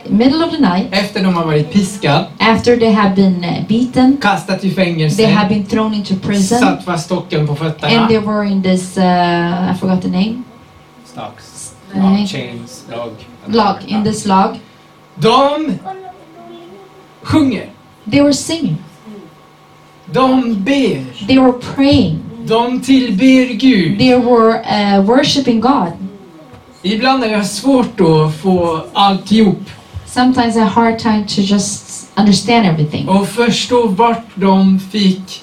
[SPEAKER 2] middle of the night,
[SPEAKER 1] efter de har varit piskad,
[SPEAKER 2] after they have been uh, beaten,
[SPEAKER 1] kastat i
[SPEAKER 2] they have
[SPEAKER 1] fängelse,
[SPEAKER 2] been thrown into prison,
[SPEAKER 1] satt fast stocken på fötterna.
[SPEAKER 2] and they were in this, uh, I forgot the name,
[SPEAKER 1] Stocks.
[SPEAKER 2] Nej.
[SPEAKER 1] Ja, chains, log.
[SPEAKER 2] log, in this log,
[SPEAKER 1] De sjunger,
[SPEAKER 2] they were singing,
[SPEAKER 1] de ber,
[SPEAKER 2] they were praying,
[SPEAKER 1] de tillber Gud.
[SPEAKER 2] they were uh, worshiping God.
[SPEAKER 1] Ibland är jag svårt att få alltihop
[SPEAKER 2] Sometimes a hard time to just understand everything
[SPEAKER 1] och förstå vart de fick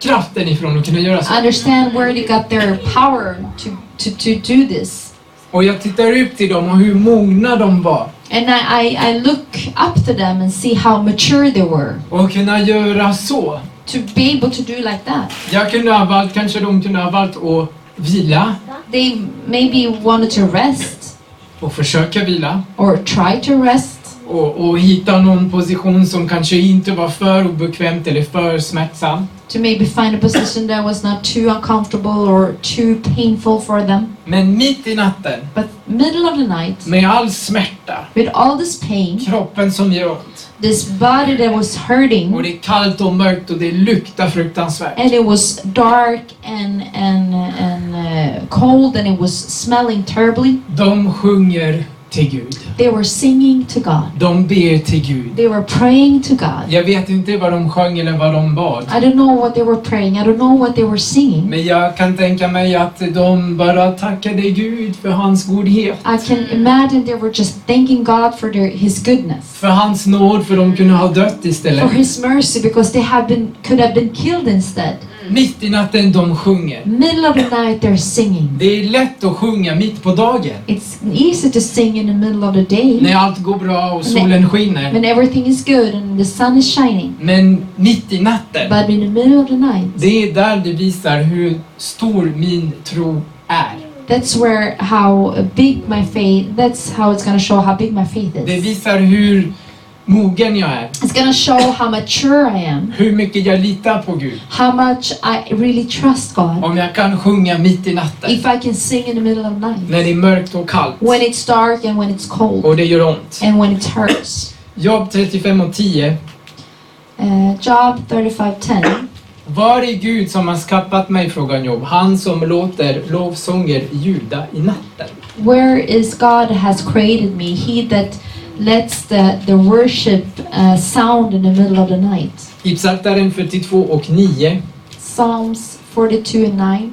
[SPEAKER 1] kraften ifrån att kunna göra så.
[SPEAKER 2] understand where they got their power to, to, to do this.
[SPEAKER 1] Och jag tittar upp till dem och hur mogna de var.
[SPEAKER 2] And I, I, I look up to them and see how mature they were
[SPEAKER 1] Och kunna göra så.
[SPEAKER 2] to be able to do like that.
[SPEAKER 1] Jag kunde ha valt, kanske de kunde ha valt att vila
[SPEAKER 2] They maybe wanted to rest
[SPEAKER 1] och försöka vila
[SPEAKER 2] or try to rest
[SPEAKER 1] och, och hitta någon position som kanske inte var för obekvämt eller för smärtsam.
[SPEAKER 2] to maybe find a position that was not too uncomfortable or too painful for them.
[SPEAKER 1] Men mitt i natten,
[SPEAKER 2] But middle of the night,
[SPEAKER 1] med all smärta,
[SPEAKER 2] with all this pain,
[SPEAKER 1] kroppen som gör ont
[SPEAKER 2] this body that was hurting,
[SPEAKER 1] och det är kallt och mörkt och det luktar fruktansvärt.
[SPEAKER 2] and it was dark and and and uh, cold and it was smelling terribly
[SPEAKER 1] De sjunger till Gud.
[SPEAKER 2] they were singing to god
[SPEAKER 1] De ber till Gud.
[SPEAKER 2] they were praying to god
[SPEAKER 1] Jag vet inte vad de sjöng eller vad de bad.
[SPEAKER 2] i don't know what they were praying i don't know what they were singing
[SPEAKER 1] Men jag kan tänka mig att de bara tackade Gud för hans godhet.
[SPEAKER 2] i can imagine they were just thanking god for their, his goodness
[SPEAKER 1] För hans nåd, för de kunde ha dött
[SPEAKER 2] for
[SPEAKER 1] istället.
[SPEAKER 2] his mercy because they have been could have been killed instead
[SPEAKER 1] Mitt i natten de sjunger.
[SPEAKER 2] middle of the night they're singing
[SPEAKER 1] Det är lätt att sjunga mitt på dagen.
[SPEAKER 2] it's easy to sing in the middle of the day
[SPEAKER 1] När allt går bra och solen skiner.
[SPEAKER 2] when everything is good and the sun is shining
[SPEAKER 1] Men mitt i natten.
[SPEAKER 2] but in the middle of the night
[SPEAKER 1] Det är där det visar hur stor min tro är.
[SPEAKER 2] That's where how big my faith. That's how it's gonna show how big my faith
[SPEAKER 1] Det
[SPEAKER 2] is.
[SPEAKER 1] visar hur mogen jag är.
[SPEAKER 2] It's gonna show how mature I am,
[SPEAKER 1] Hur mycket jag litar på Gud.
[SPEAKER 2] how much I really trust God.
[SPEAKER 1] Om jag kan sjunga mitt i natten.
[SPEAKER 2] If I can sing in the middle of the night,
[SPEAKER 1] När det är mörkt och kallt.
[SPEAKER 2] when it's dark and when it's cold
[SPEAKER 1] Och det gör ont.
[SPEAKER 2] and when it hurts.
[SPEAKER 1] Jobb 35 och 10.
[SPEAKER 2] Uh, Job 35:10.
[SPEAKER 1] Var är Gud som har skapat mig, frågar Jobb. Han som låter lovsånger ljuda i natten.
[SPEAKER 2] Where is God has created me? He that lets the the worship uh, sound in the middle of the night.
[SPEAKER 1] I Psaltaren 42 och 9.
[SPEAKER 2] Psalms 42 and 9.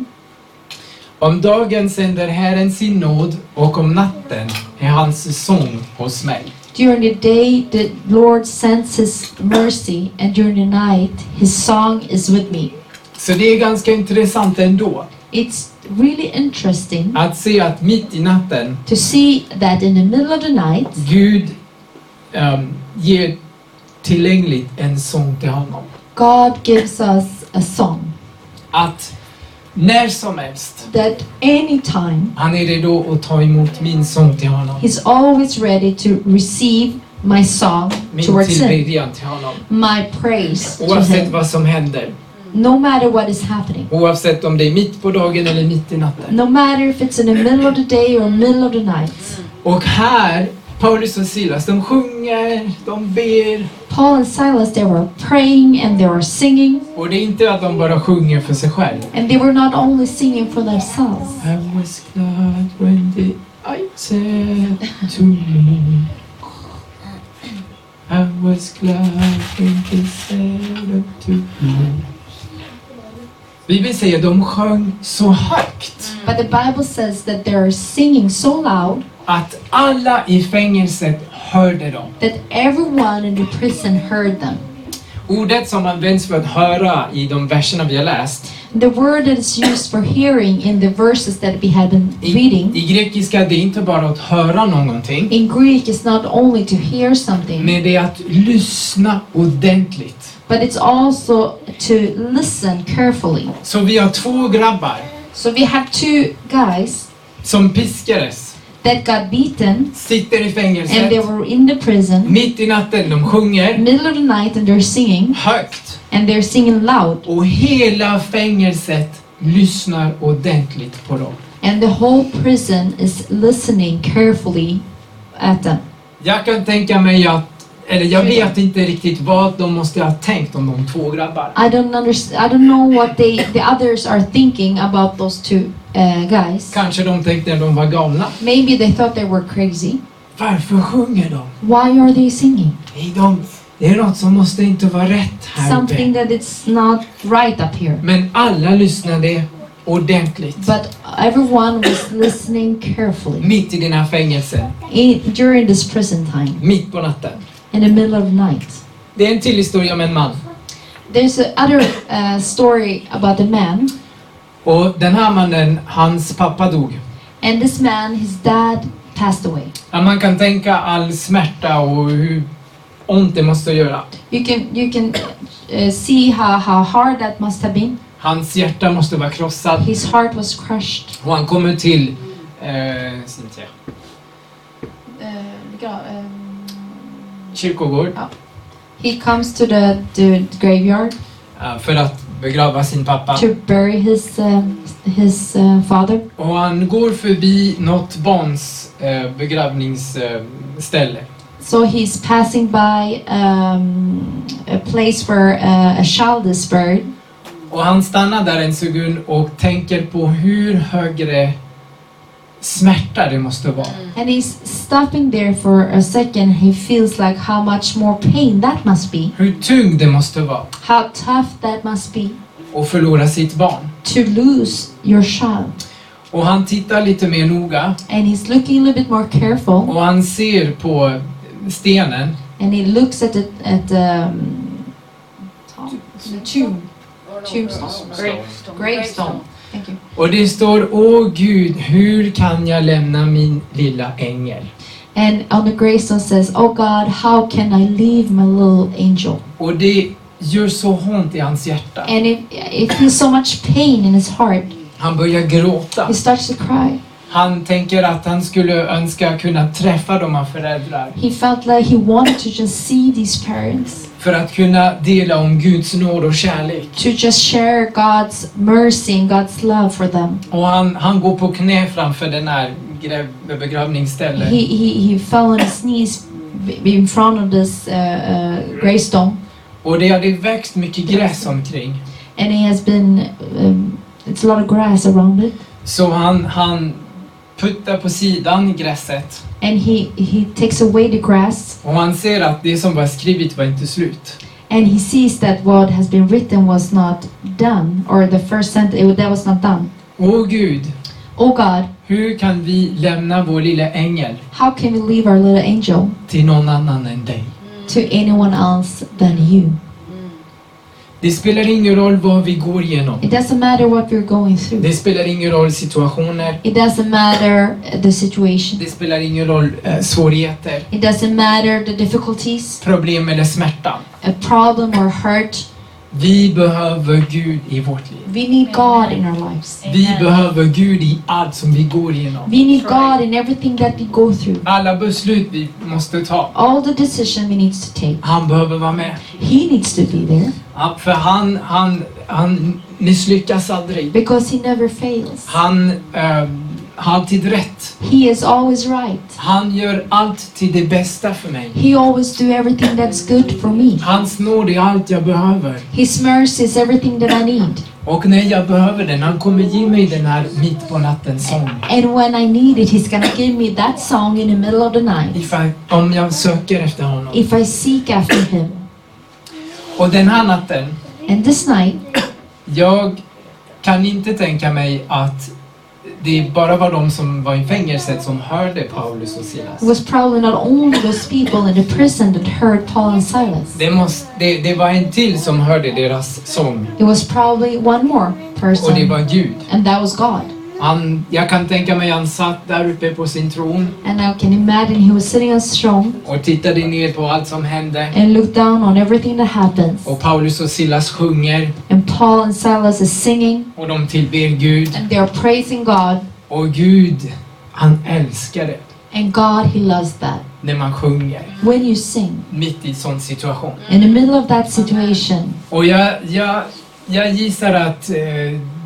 [SPEAKER 1] Om dagen sänder Herren sin nåd och om natten är hans sång hos mig.
[SPEAKER 2] During the day, the Lord sends His mercy, and during the night, His song is with me.
[SPEAKER 1] Så det är ganska intressant ändå
[SPEAKER 2] It's really interesting
[SPEAKER 1] att se att mitt i natten
[SPEAKER 2] to see that in the middle of the night,
[SPEAKER 1] Gud ehm, ger tillgängligt en sång till honom.
[SPEAKER 2] God gives us a song
[SPEAKER 1] Att när som helst,
[SPEAKER 2] that anytime
[SPEAKER 1] han är redo att ta emot min sång till honom.
[SPEAKER 2] He's always ready to receive my song
[SPEAKER 1] Min
[SPEAKER 2] towards Him,
[SPEAKER 1] tillbedjan till honom.
[SPEAKER 2] my praise to
[SPEAKER 1] Oavsett
[SPEAKER 2] Him,
[SPEAKER 1] vad som händer.
[SPEAKER 2] no matter what is happening.
[SPEAKER 1] Oavsett om det är mitt på dagen eller mitt i natten.
[SPEAKER 2] No matter if it's in the middle of the day or middle of the night.
[SPEAKER 1] Och här, Paulus och Silas, de sjunger, de ber.
[SPEAKER 2] Paul and Silas, they were praying and they were singing.
[SPEAKER 1] Och det är inte att de bara sjunger för sig själv.
[SPEAKER 2] And they were not only singing for themselves.
[SPEAKER 1] I was glad when the I said to me I was glad when they said to me Bibeln säger de sjöng så högt
[SPEAKER 2] But the Bible says that they're singing so loud
[SPEAKER 1] att alla i fängelset hörde dem.
[SPEAKER 2] that everyone in the prison heard them.
[SPEAKER 1] Ordet som används för att höra i de verserna vi har läst,
[SPEAKER 2] The word that is used for hearing in the verses that we have been
[SPEAKER 1] i,
[SPEAKER 2] reading
[SPEAKER 1] i grekiska det är inte bara att höra någonting,
[SPEAKER 2] in Greek is not only to hear something,
[SPEAKER 1] men det är att lyssna ordentligt.
[SPEAKER 2] but it's also to listen carefully.
[SPEAKER 1] Så vi har två grabbar
[SPEAKER 2] So we have two guys
[SPEAKER 1] som piskades,
[SPEAKER 2] that got beaten
[SPEAKER 1] sitter i
[SPEAKER 2] and they
[SPEAKER 1] fängelset,
[SPEAKER 2] were in the prison,
[SPEAKER 1] mitt i natten, de sjunger
[SPEAKER 2] middle of the night, and they're singing,
[SPEAKER 1] högt
[SPEAKER 2] and they're singing loud,
[SPEAKER 1] och hela fängelset lyssnar ordentligt på dem.
[SPEAKER 2] and the whole prison is listening carefully at them.
[SPEAKER 1] Jag kan tänka mig att, eller jag vet inte riktigt vad de måste ha tänkt om de två grabbar.
[SPEAKER 2] I don't understand. I don't know what they, the others are thinking about those two uh, guys.
[SPEAKER 1] Kanske de tänkte när de var gamla.
[SPEAKER 2] Maybe they thought they were crazy.
[SPEAKER 1] Varför sjunger de?
[SPEAKER 2] Why are they singing?
[SPEAKER 1] Nej, de, det är något som måste inte vara rätt här
[SPEAKER 2] Something
[SPEAKER 1] uppe.
[SPEAKER 2] that it's not right up here.
[SPEAKER 1] Men alla lyssnade ordentligt.
[SPEAKER 2] But everyone was listening carefully
[SPEAKER 1] Mitt i dina fängelser.
[SPEAKER 2] in, during this prison time,
[SPEAKER 1] Mitt på natten.
[SPEAKER 2] in the middle of the night.
[SPEAKER 1] Det är en till historia om en man.
[SPEAKER 2] There's another uh, story about a man,
[SPEAKER 1] Och den här mannen, hans pappa dog.
[SPEAKER 2] and this man, his dad passed away.
[SPEAKER 1] Ja, Man kan tänka all smärta och hur ont det måste göra.
[SPEAKER 2] You can you can uh, see how, how hard that must have been.
[SPEAKER 1] Hans hjärta måste vara krossat.
[SPEAKER 2] His heart was crushed.
[SPEAKER 1] Och han kommer till eh, Cynthia. kyrkogård
[SPEAKER 2] He comes to the, the graveyard
[SPEAKER 1] eh, för att begrava sin pappa.
[SPEAKER 2] to bury his um, his uh, father,
[SPEAKER 1] Och han går förbi något barns eh, begravningsställe.
[SPEAKER 2] so he's passing by um, a place where uh, a child is buried,
[SPEAKER 1] Och han stannar där en sekund och tänker på hur högre smärta det måste vara.
[SPEAKER 2] and he's stopping there for a second. He feels like how much more pain that must be,
[SPEAKER 1] Hur tung det måste vara
[SPEAKER 2] how tough that must be
[SPEAKER 1] att förlora sitt barn.
[SPEAKER 2] to lose your child,
[SPEAKER 1] Och han tittar lite mer noga
[SPEAKER 2] and he's looking a little bit more careful,
[SPEAKER 1] och han ser på stenen
[SPEAKER 2] and he looks at the at the, um, the tomb tombstone
[SPEAKER 3] Oh, Gravestone.
[SPEAKER 2] gravestone. Thank you.
[SPEAKER 1] och det står Åh Gud, hur kan jag lämna min lilla ängel?
[SPEAKER 2] And on the gravestone says, Oh God, how can I leave my little angel?
[SPEAKER 1] Och det gör så ont i hans hjärta.
[SPEAKER 2] And it, it feels so much pain in his heart.
[SPEAKER 1] Han börjar gråta.
[SPEAKER 2] He starts to cry.
[SPEAKER 1] Han tänker att han skulle önska kunna träffa de här föräldrar
[SPEAKER 2] He felt like he wanted to just see these parents,
[SPEAKER 1] för att kunna dela om Guds nåd och kärlek.
[SPEAKER 2] to just share God's mercy and God's love for them.
[SPEAKER 1] Och han, han går på knä framför den här gräv- begravningsstället
[SPEAKER 2] He, he, he fell on his knees b- in front of this uh, uh, gravestone,
[SPEAKER 1] och det hade växt mycket gräs omkring.
[SPEAKER 2] and he has been, um, it's a lot of grass around it.
[SPEAKER 1] Så han, han puttar på sidan gräset
[SPEAKER 2] And he, he takes away the grass
[SPEAKER 1] och han ser att det som var skrivet var inte slut.
[SPEAKER 2] and he sees that what has been written was not done, or the first sentence that was not done.
[SPEAKER 1] Åh Gud,
[SPEAKER 2] Oh God,
[SPEAKER 1] hur kan vi lämna vår lilla ängel
[SPEAKER 2] how can we leave our little angel
[SPEAKER 1] till någon annan än dig?
[SPEAKER 2] to anyone else than you?
[SPEAKER 1] Det spelar ingen roll vad vi går igenom.
[SPEAKER 2] It doesn't matter what we're going through.
[SPEAKER 1] Det spelar ingen roll situationer.
[SPEAKER 2] It doesn't matter the situation.
[SPEAKER 1] Det spelar ingen roll eh, svårigheter,
[SPEAKER 2] It doesn't matter the difficulties,
[SPEAKER 1] problem eller smärta.
[SPEAKER 2] a problem or hurt.
[SPEAKER 1] Vi behöver Gud i vårt liv.
[SPEAKER 2] We need God in our lives.
[SPEAKER 1] Vi behöver Gud i allt som vi går igenom.
[SPEAKER 2] We need God in everything that we go through.
[SPEAKER 1] Alla beslut vi måste ta.
[SPEAKER 2] All the decision we need to take.
[SPEAKER 1] Han behöver vara med.
[SPEAKER 2] He needs to be there
[SPEAKER 1] Ja, För han, han, han misslyckas aldrig.
[SPEAKER 2] because he never fails.
[SPEAKER 1] Han eh, har alltid rätt.
[SPEAKER 2] He is always right.
[SPEAKER 1] Han gör allt till det bästa för mig.
[SPEAKER 2] He always do everything that's good for me.
[SPEAKER 1] Hans nåd är allt jag behöver.
[SPEAKER 2] His mercy is everything that I need.
[SPEAKER 1] Och när jag behöver den, han kommer ge mig den här mitt på natten sång.
[SPEAKER 2] And when I need it, he's gonna give me that song in the middle of the night.
[SPEAKER 1] Ifall- Om jag söker efter honom.
[SPEAKER 2] If I seek after him.
[SPEAKER 1] Och den här natten,
[SPEAKER 2] And this night,
[SPEAKER 1] jag kan inte tänka mig att det bara var de som var i fängelset som hörde Paulus och
[SPEAKER 2] It
[SPEAKER 1] Silas.
[SPEAKER 2] was probably not only those people in the prison that heard Paul and Silas.
[SPEAKER 1] Det, måste, det, det var en till som hörde deras sång
[SPEAKER 2] It was probably one more
[SPEAKER 1] och det
[SPEAKER 2] person,
[SPEAKER 1] var Gud.
[SPEAKER 2] and that was God.
[SPEAKER 1] Han, jag kan tänka mig han satt där uppe på sin tron
[SPEAKER 2] And I can imagine he was sitting on his throne
[SPEAKER 1] och tittade ner på allt som hände.
[SPEAKER 2] and looked down on everything that happens.
[SPEAKER 1] Och Paulus och Silas sjunger
[SPEAKER 2] And Paul and Silas is singing,
[SPEAKER 1] och de tillber Gud.
[SPEAKER 2] and they are praising God.
[SPEAKER 1] Och Gud, han älskar det
[SPEAKER 2] And God, he loves that.
[SPEAKER 1] när man sjunger
[SPEAKER 2] When you sing,
[SPEAKER 1] mitt i sån situation.
[SPEAKER 2] in the middle of that situation,
[SPEAKER 1] Och jag, jag, jag gissar att eh,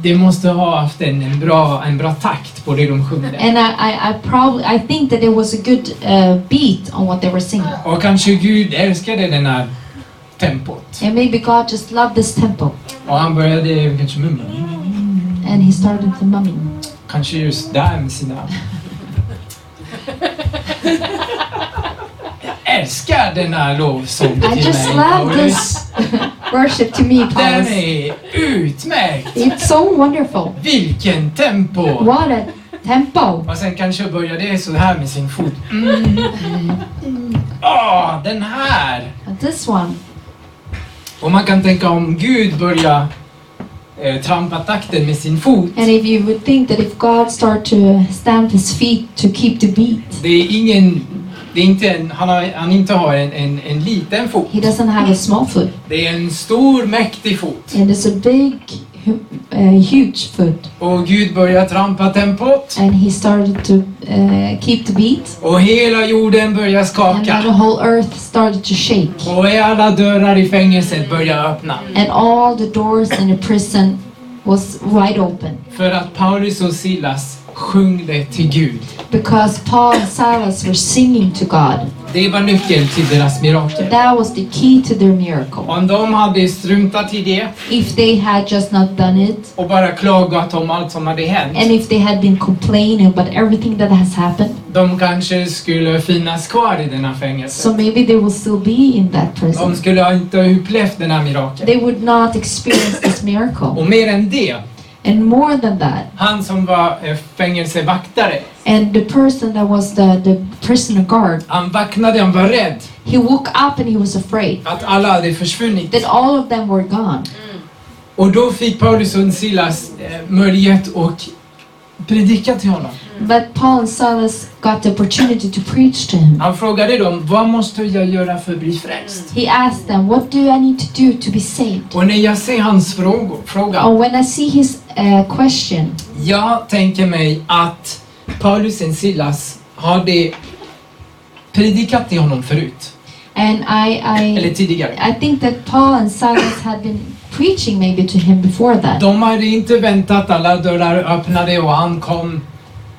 [SPEAKER 1] det måste ha haft en, en, bra, en bra takt på det de sjunger.
[SPEAKER 2] and I, I, I probably, I think that there was a good uh, beat on what they were singing.
[SPEAKER 1] Och kanske Gud älskade den här tempot.
[SPEAKER 2] And maybe God just loved this tempo,
[SPEAKER 1] Och han började kanske mumla.
[SPEAKER 2] and he started to mumming.
[SPEAKER 1] Kanske just där med sina... Jag älskar den här lovsången
[SPEAKER 2] I just love this worship to me,
[SPEAKER 1] Den
[SPEAKER 2] Paulus.
[SPEAKER 1] är utmärkt!
[SPEAKER 2] It's so wonderful.
[SPEAKER 1] Vilken tempo!
[SPEAKER 2] What a tempo!
[SPEAKER 1] Och sen kanske börjar det så här med sin fot. Mm, mm, mm. Åh, den här!
[SPEAKER 2] And This one.
[SPEAKER 1] Och man kan tänka om Gud börjar eh, trampa takten med sin fot.
[SPEAKER 2] And if you would think that if God started to stamp his feet to keep the beat,
[SPEAKER 1] Det är ingen... Det är inte en, han, har, han inte har en, en, en liten fot.
[SPEAKER 2] he doesn't have a small foot.
[SPEAKER 1] Det är en stor, mäktig fot.
[SPEAKER 2] And it's a big, hu- uh, huge foot.
[SPEAKER 1] Och Gud börjar trampa tempot
[SPEAKER 2] And he started to uh, keep the beat.
[SPEAKER 1] och hela jorden börjar
[SPEAKER 2] And now the
[SPEAKER 1] skaka.
[SPEAKER 2] whole earth started to shake.
[SPEAKER 1] Och alla dörrar i fängelset börjar öppna.
[SPEAKER 2] And all the doors in the prison was wide open.
[SPEAKER 1] För att Paulus och Silas sjungde till Gud.
[SPEAKER 2] Because Paul and Silas were singing to God.
[SPEAKER 1] Det var nyckeln till deras mirakel.
[SPEAKER 2] That was the key to their miracle.
[SPEAKER 1] Om de hade struntat i det
[SPEAKER 2] If they had just not done it,
[SPEAKER 1] och bara klagat om allt som hade
[SPEAKER 2] and
[SPEAKER 1] hänt,
[SPEAKER 2] if they had been complaining about everything that has happened,
[SPEAKER 1] de kanske skulle finnas kvar i denna
[SPEAKER 2] So
[SPEAKER 1] fängelse.
[SPEAKER 2] maybe they will still be in that
[SPEAKER 1] De
[SPEAKER 2] prison.
[SPEAKER 1] skulle inte ha upplevt denna mirakel.
[SPEAKER 2] They would not experience this miracle.
[SPEAKER 1] Och mer än det,
[SPEAKER 2] And more than that,
[SPEAKER 1] han som var eh, fängelsevaktare,
[SPEAKER 2] and the person that was the, the prisoner guard,
[SPEAKER 1] han vaknade, han var rädd
[SPEAKER 2] he woke up and he was afraid
[SPEAKER 1] att alla hade försvunnit.
[SPEAKER 2] that all of them were gone.
[SPEAKER 1] Och då fick Paulus och Silas eh, möjlighet att predika till honom.
[SPEAKER 2] But Paul and Silas got the opportunity to preach to him.
[SPEAKER 1] Han frågade dem, vad måste jag göra för att bli frälst?
[SPEAKER 2] He asked them, What do I need to do to be saved?
[SPEAKER 1] Och när jag ser hans frågor, fråga,
[SPEAKER 2] Or when I see his uh, question,
[SPEAKER 1] jag tänker mig att Paulus och Silas hade predikat till honom förut,
[SPEAKER 2] and I,
[SPEAKER 1] eller tidigare.
[SPEAKER 2] I, I think that Paul and Silas had been preaching maybe to him before that.
[SPEAKER 1] De hade inte väntat, alla dörrar öppnade och han kom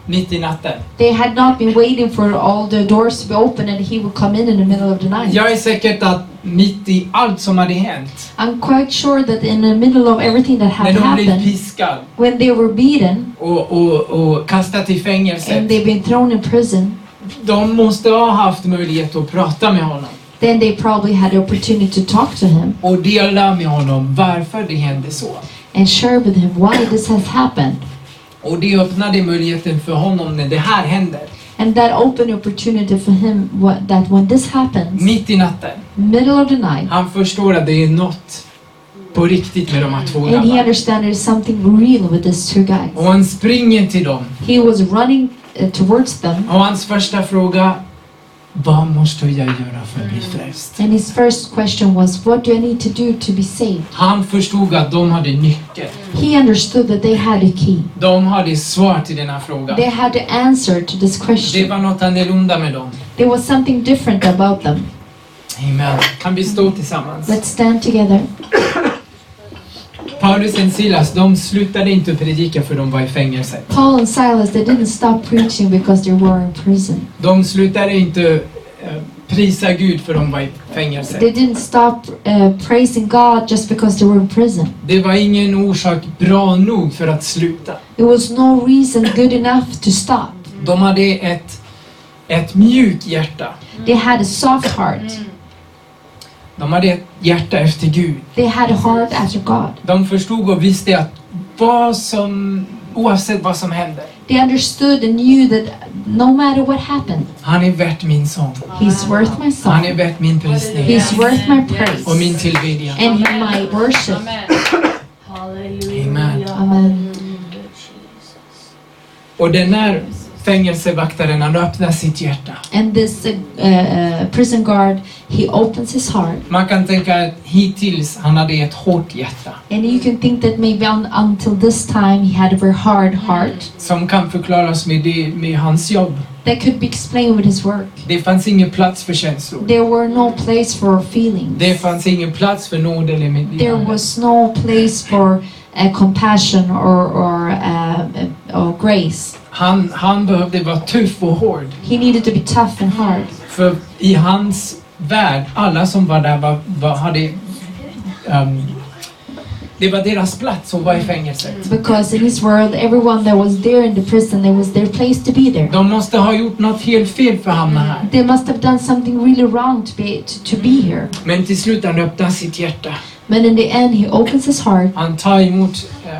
[SPEAKER 1] mitt i natten.
[SPEAKER 2] They had not been waiting for all the doors to be open and he would come in in the middle of the night.
[SPEAKER 1] Jag är säker att mitt i allt som hade hänt,
[SPEAKER 2] I'm quite sure that in the middle of everything that
[SPEAKER 1] när
[SPEAKER 2] had
[SPEAKER 1] de blev
[SPEAKER 2] happened,
[SPEAKER 1] piskade
[SPEAKER 2] when they were beaten
[SPEAKER 1] och, och, och kastade i fängelset,
[SPEAKER 2] and they've been thrown in prison,
[SPEAKER 1] De måste ha haft möjlighet att prata med honom
[SPEAKER 2] then they probably had the opportunity to talk to him
[SPEAKER 1] och dela med honom varför det hände så.
[SPEAKER 2] and share with him why this has happened.
[SPEAKER 1] Och det öppnade möjligheten för honom när det här händer,
[SPEAKER 2] And that opened opportunity for him what, that when this happens,
[SPEAKER 1] mitt i natten.
[SPEAKER 2] middle of the night,
[SPEAKER 1] Han förstår att det är något på riktigt med de här två
[SPEAKER 2] and he
[SPEAKER 1] grabbarna.
[SPEAKER 2] understands there's something real with these two guys.
[SPEAKER 1] Och han springer till dem
[SPEAKER 2] He was running uh, towards them
[SPEAKER 1] och hans första fråga vad måste jag göra för att bli frälst?
[SPEAKER 2] and his first question was, what do I need to do to be saved?
[SPEAKER 1] Han förstod att de hade nyckeln.
[SPEAKER 2] He understood that they had a key.
[SPEAKER 1] De hade svar till den här frågan.
[SPEAKER 2] They had the answer to this
[SPEAKER 1] Det
[SPEAKER 2] question.
[SPEAKER 1] var något annorlunda med dem.
[SPEAKER 2] There was something different about them.
[SPEAKER 1] Amen. Kan vi stå tillsammans?
[SPEAKER 2] Let's stand together.
[SPEAKER 1] Paulus och Silas, de slutade inte predika för de var i fängelse.
[SPEAKER 2] Paul and Silas, they didn't stop preaching because they were in prison.
[SPEAKER 1] De slutade inte eh, prisa Gud för de var i fängelse.
[SPEAKER 2] They didn't stop uh, praising God just because they were in prison.
[SPEAKER 1] Det var ingen orsak bra nog för att sluta.
[SPEAKER 2] There was no reason good enough to stop.
[SPEAKER 1] De hade ett, ett mjukt hjärta.
[SPEAKER 2] They had a soft heart.
[SPEAKER 1] De hade ett hjärta efter Gud.
[SPEAKER 2] They had a heart after God.
[SPEAKER 1] De förstod och visste att vad som, oavsett vad som händer.
[SPEAKER 2] They understood and knew that no matter what happened,
[SPEAKER 1] Han är värt min sång.
[SPEAKER 2] He's worth my
[SPEAKER 1] Han är
[SPEAKER 2] song.
[SPEAKER 1] värt min prisning.
[SPEAKER 2] He's worth my praise.
[SPEAKER 1] Och min tillbedjan.
[SPEAKER 2] And my worship.
[SPEAKER 4] Amen. Hallelujah.
[SPEAKER 1] Amen.
[SPEAKER 2] Amen.
[SPEAKER 1] Och den här fängelsevaktaren, han öppnar sitt hjärta.
[SPEAKER 2] And this uh, uh, prison guard, he opens his heart.
[SPEAKER 1] Man kan tänka att hittills han hade ett hårt hjärta
[SPEAKER 2] And you can think that maybe un- until this time he had a very hard heart.
[SPEAKER 1] som kan förklaras med, det, med hans jobb.
[SPEAKER 2] That could be explained with his work.
[SPEAKER 1] Det fanns ingen plats för känslor.
[SPEAKER 2] There were no place for feelings.
[SPEAKER 1] Det fanns ingen plats för nåd eller
[SPEAKER 2] There
[SPEAKER 1] medlidande.
[SPEAKER 2] was no place for uh, compassion or or, uh, or grace.
[SPEAKER 1] Han, han behövde vara tuff och hård.
[SPEAKER 2] He needed to be tough and hard
[SPEAKER 1] För i hans värld, alla som var där var, var, hade... ehm, det var deras plats att vara i fängelset.
[SPEAKER 2] because in his world, everyone that was there in the prison, it was their place to be there.
[SPEAKER 1] De måste ha gjort något helt fel för att hamna här.
[SPEAKER 2] They must have done something really wrong to be to, to be here.
[SPEAKER 1] Men till slut han öppnar sitt hjärta.
[SPEAKER 2] But in the end, he opens his heart.
[SPEAKER 1] Han tar emot eh,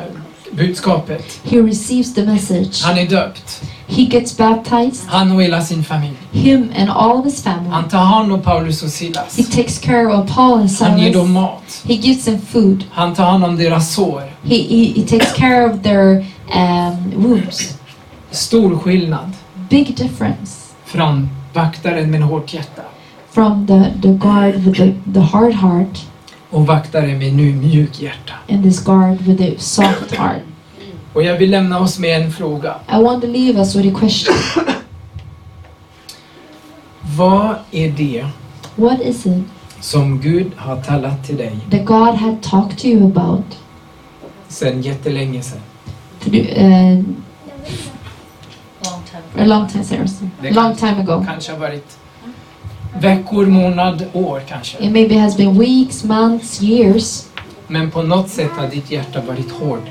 [SPEAKER 1] budskapet.
[SPEAKER 2] He receives the message.
[SPEAKER 1] Han är döpt.
[SPEAKER 2] He gets baptized.
[SPEAKER 1] Han och hela sin familj.
[SPEAKER 2] Him and all of his family.
[SPEAKER 1] Han tar hand om Paulus och Silas.
[SPEAKER 2] He takes care of Paul and
[SPEAKER 1] Han ger dem
[SPEAKER 2] Silas.
[SPEAKER 1] mat.
[SPEAKER 2] He gives them food.
[SPEAKER 1] Han tar hand om deras sår.
[SPEAKER 2] He he, he takes care of their um, wounds.
[SPEAKER 1] Stor skillnad
[SPEAKER 2] big difference
[SPEAKER 1] från vaktaren med hårt hjärta
[SPEAKER 2] from the, the guard with the, the hard heart
[SPEAKER 1] och vaktaren med nu mjuk hjärta.
[SPEAKER 2] and this guard with the soft heart.
[SPEAKER 1] Och jag vill lämna oss med en fråga.
[SPEAKER 2] I want to leave us with a question.
[SPEAKER 1] Vad är det
[SPEAKER 2] What is it
[SPEAKER 1] som Gud har talat till dig
[SPEAKER 2] that God had talked to you about
[SPEAKER 1] sedan jättelänge sedan?
[SPEAKER 2] through, uh,
[SPEAKER 4] Long time.
[SPEAKER 2] a long time, sorry, sorry, a long time ago?
[SPEAKER 1] Kanske har varit veckor, månad, år kanske.
[SPEAKER 2] It maybe has been weeks, months, years,
[SPEAKER 1] Men på något sätt har ditt hjärta varit hård.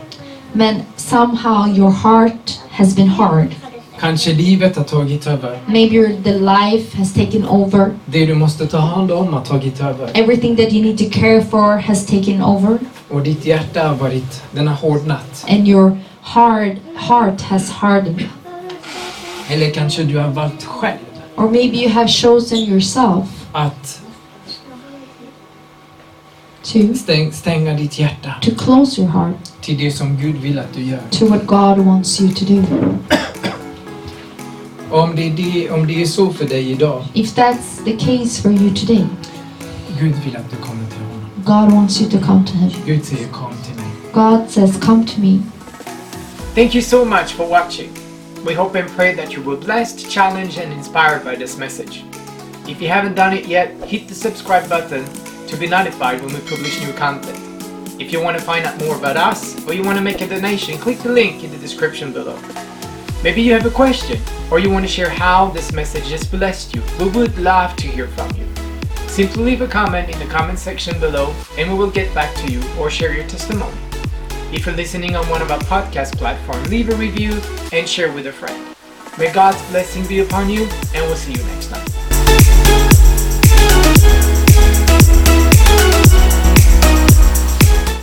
[SPEAKER 2] but somehow your heart has been hard.
[SPEAKER 1] Kanske livet har tagit över.
[SPEAKER 2] Maybe your, the life has taken over.
[SPEAKER 1] Det du måste ta hand om har tagit över.
[SPEAKER 2] Everything that you need to care for has taken over,
[SPEAKER 1] Och ditt hjärta har varit, den har hårdnat.
[SPEAKER 2] and your hard heart has hardened.
[SPEAKER 1] Eller kanske du har valt själv
[SPEAKER 2] Or maybe you have chosen yourself
[SPEAKER 1] att
[SPEAKER 2] to
[SPEAKER 1] stäng, stänga ditt hjärta
[SPEAKER 2] to close your heart
[SPEAKER 1] till det som Gud vill att du gör.
[SPEAKER 2] to what God wants you to do.
[SPEAKER 1] Och om det, är det, om det är så för dig idag,
[SPEAKER 2] If that's the case for you today,
[SPEAKER 1] Gud vill att du kommer till honom.
[SPEAKER 2] God wants you to come to Him.
[SPEAKER 1] Gud säger kom till mig.
[SPEAKER 2] God says, "Come to me."
[SPEAKER 1] Thank you so much for watching. We hope and pray that you were blessed, challenged, and inspired by this message. If you haven't done it yet, hit the subscribe button to be notified when we publish new content. If you want to find out more about us or you want to make a donation, click the link in the description below. Maybe you have a question or you want to share how this message has blessed you. We would love to hear from you. Simply leave a comment in the comment section below and we will get back to you or share your testimony. If you're listening on one of our podcast platforms, leave a review and share with a friend. May God's blessing be upon you, and we'll see you next time.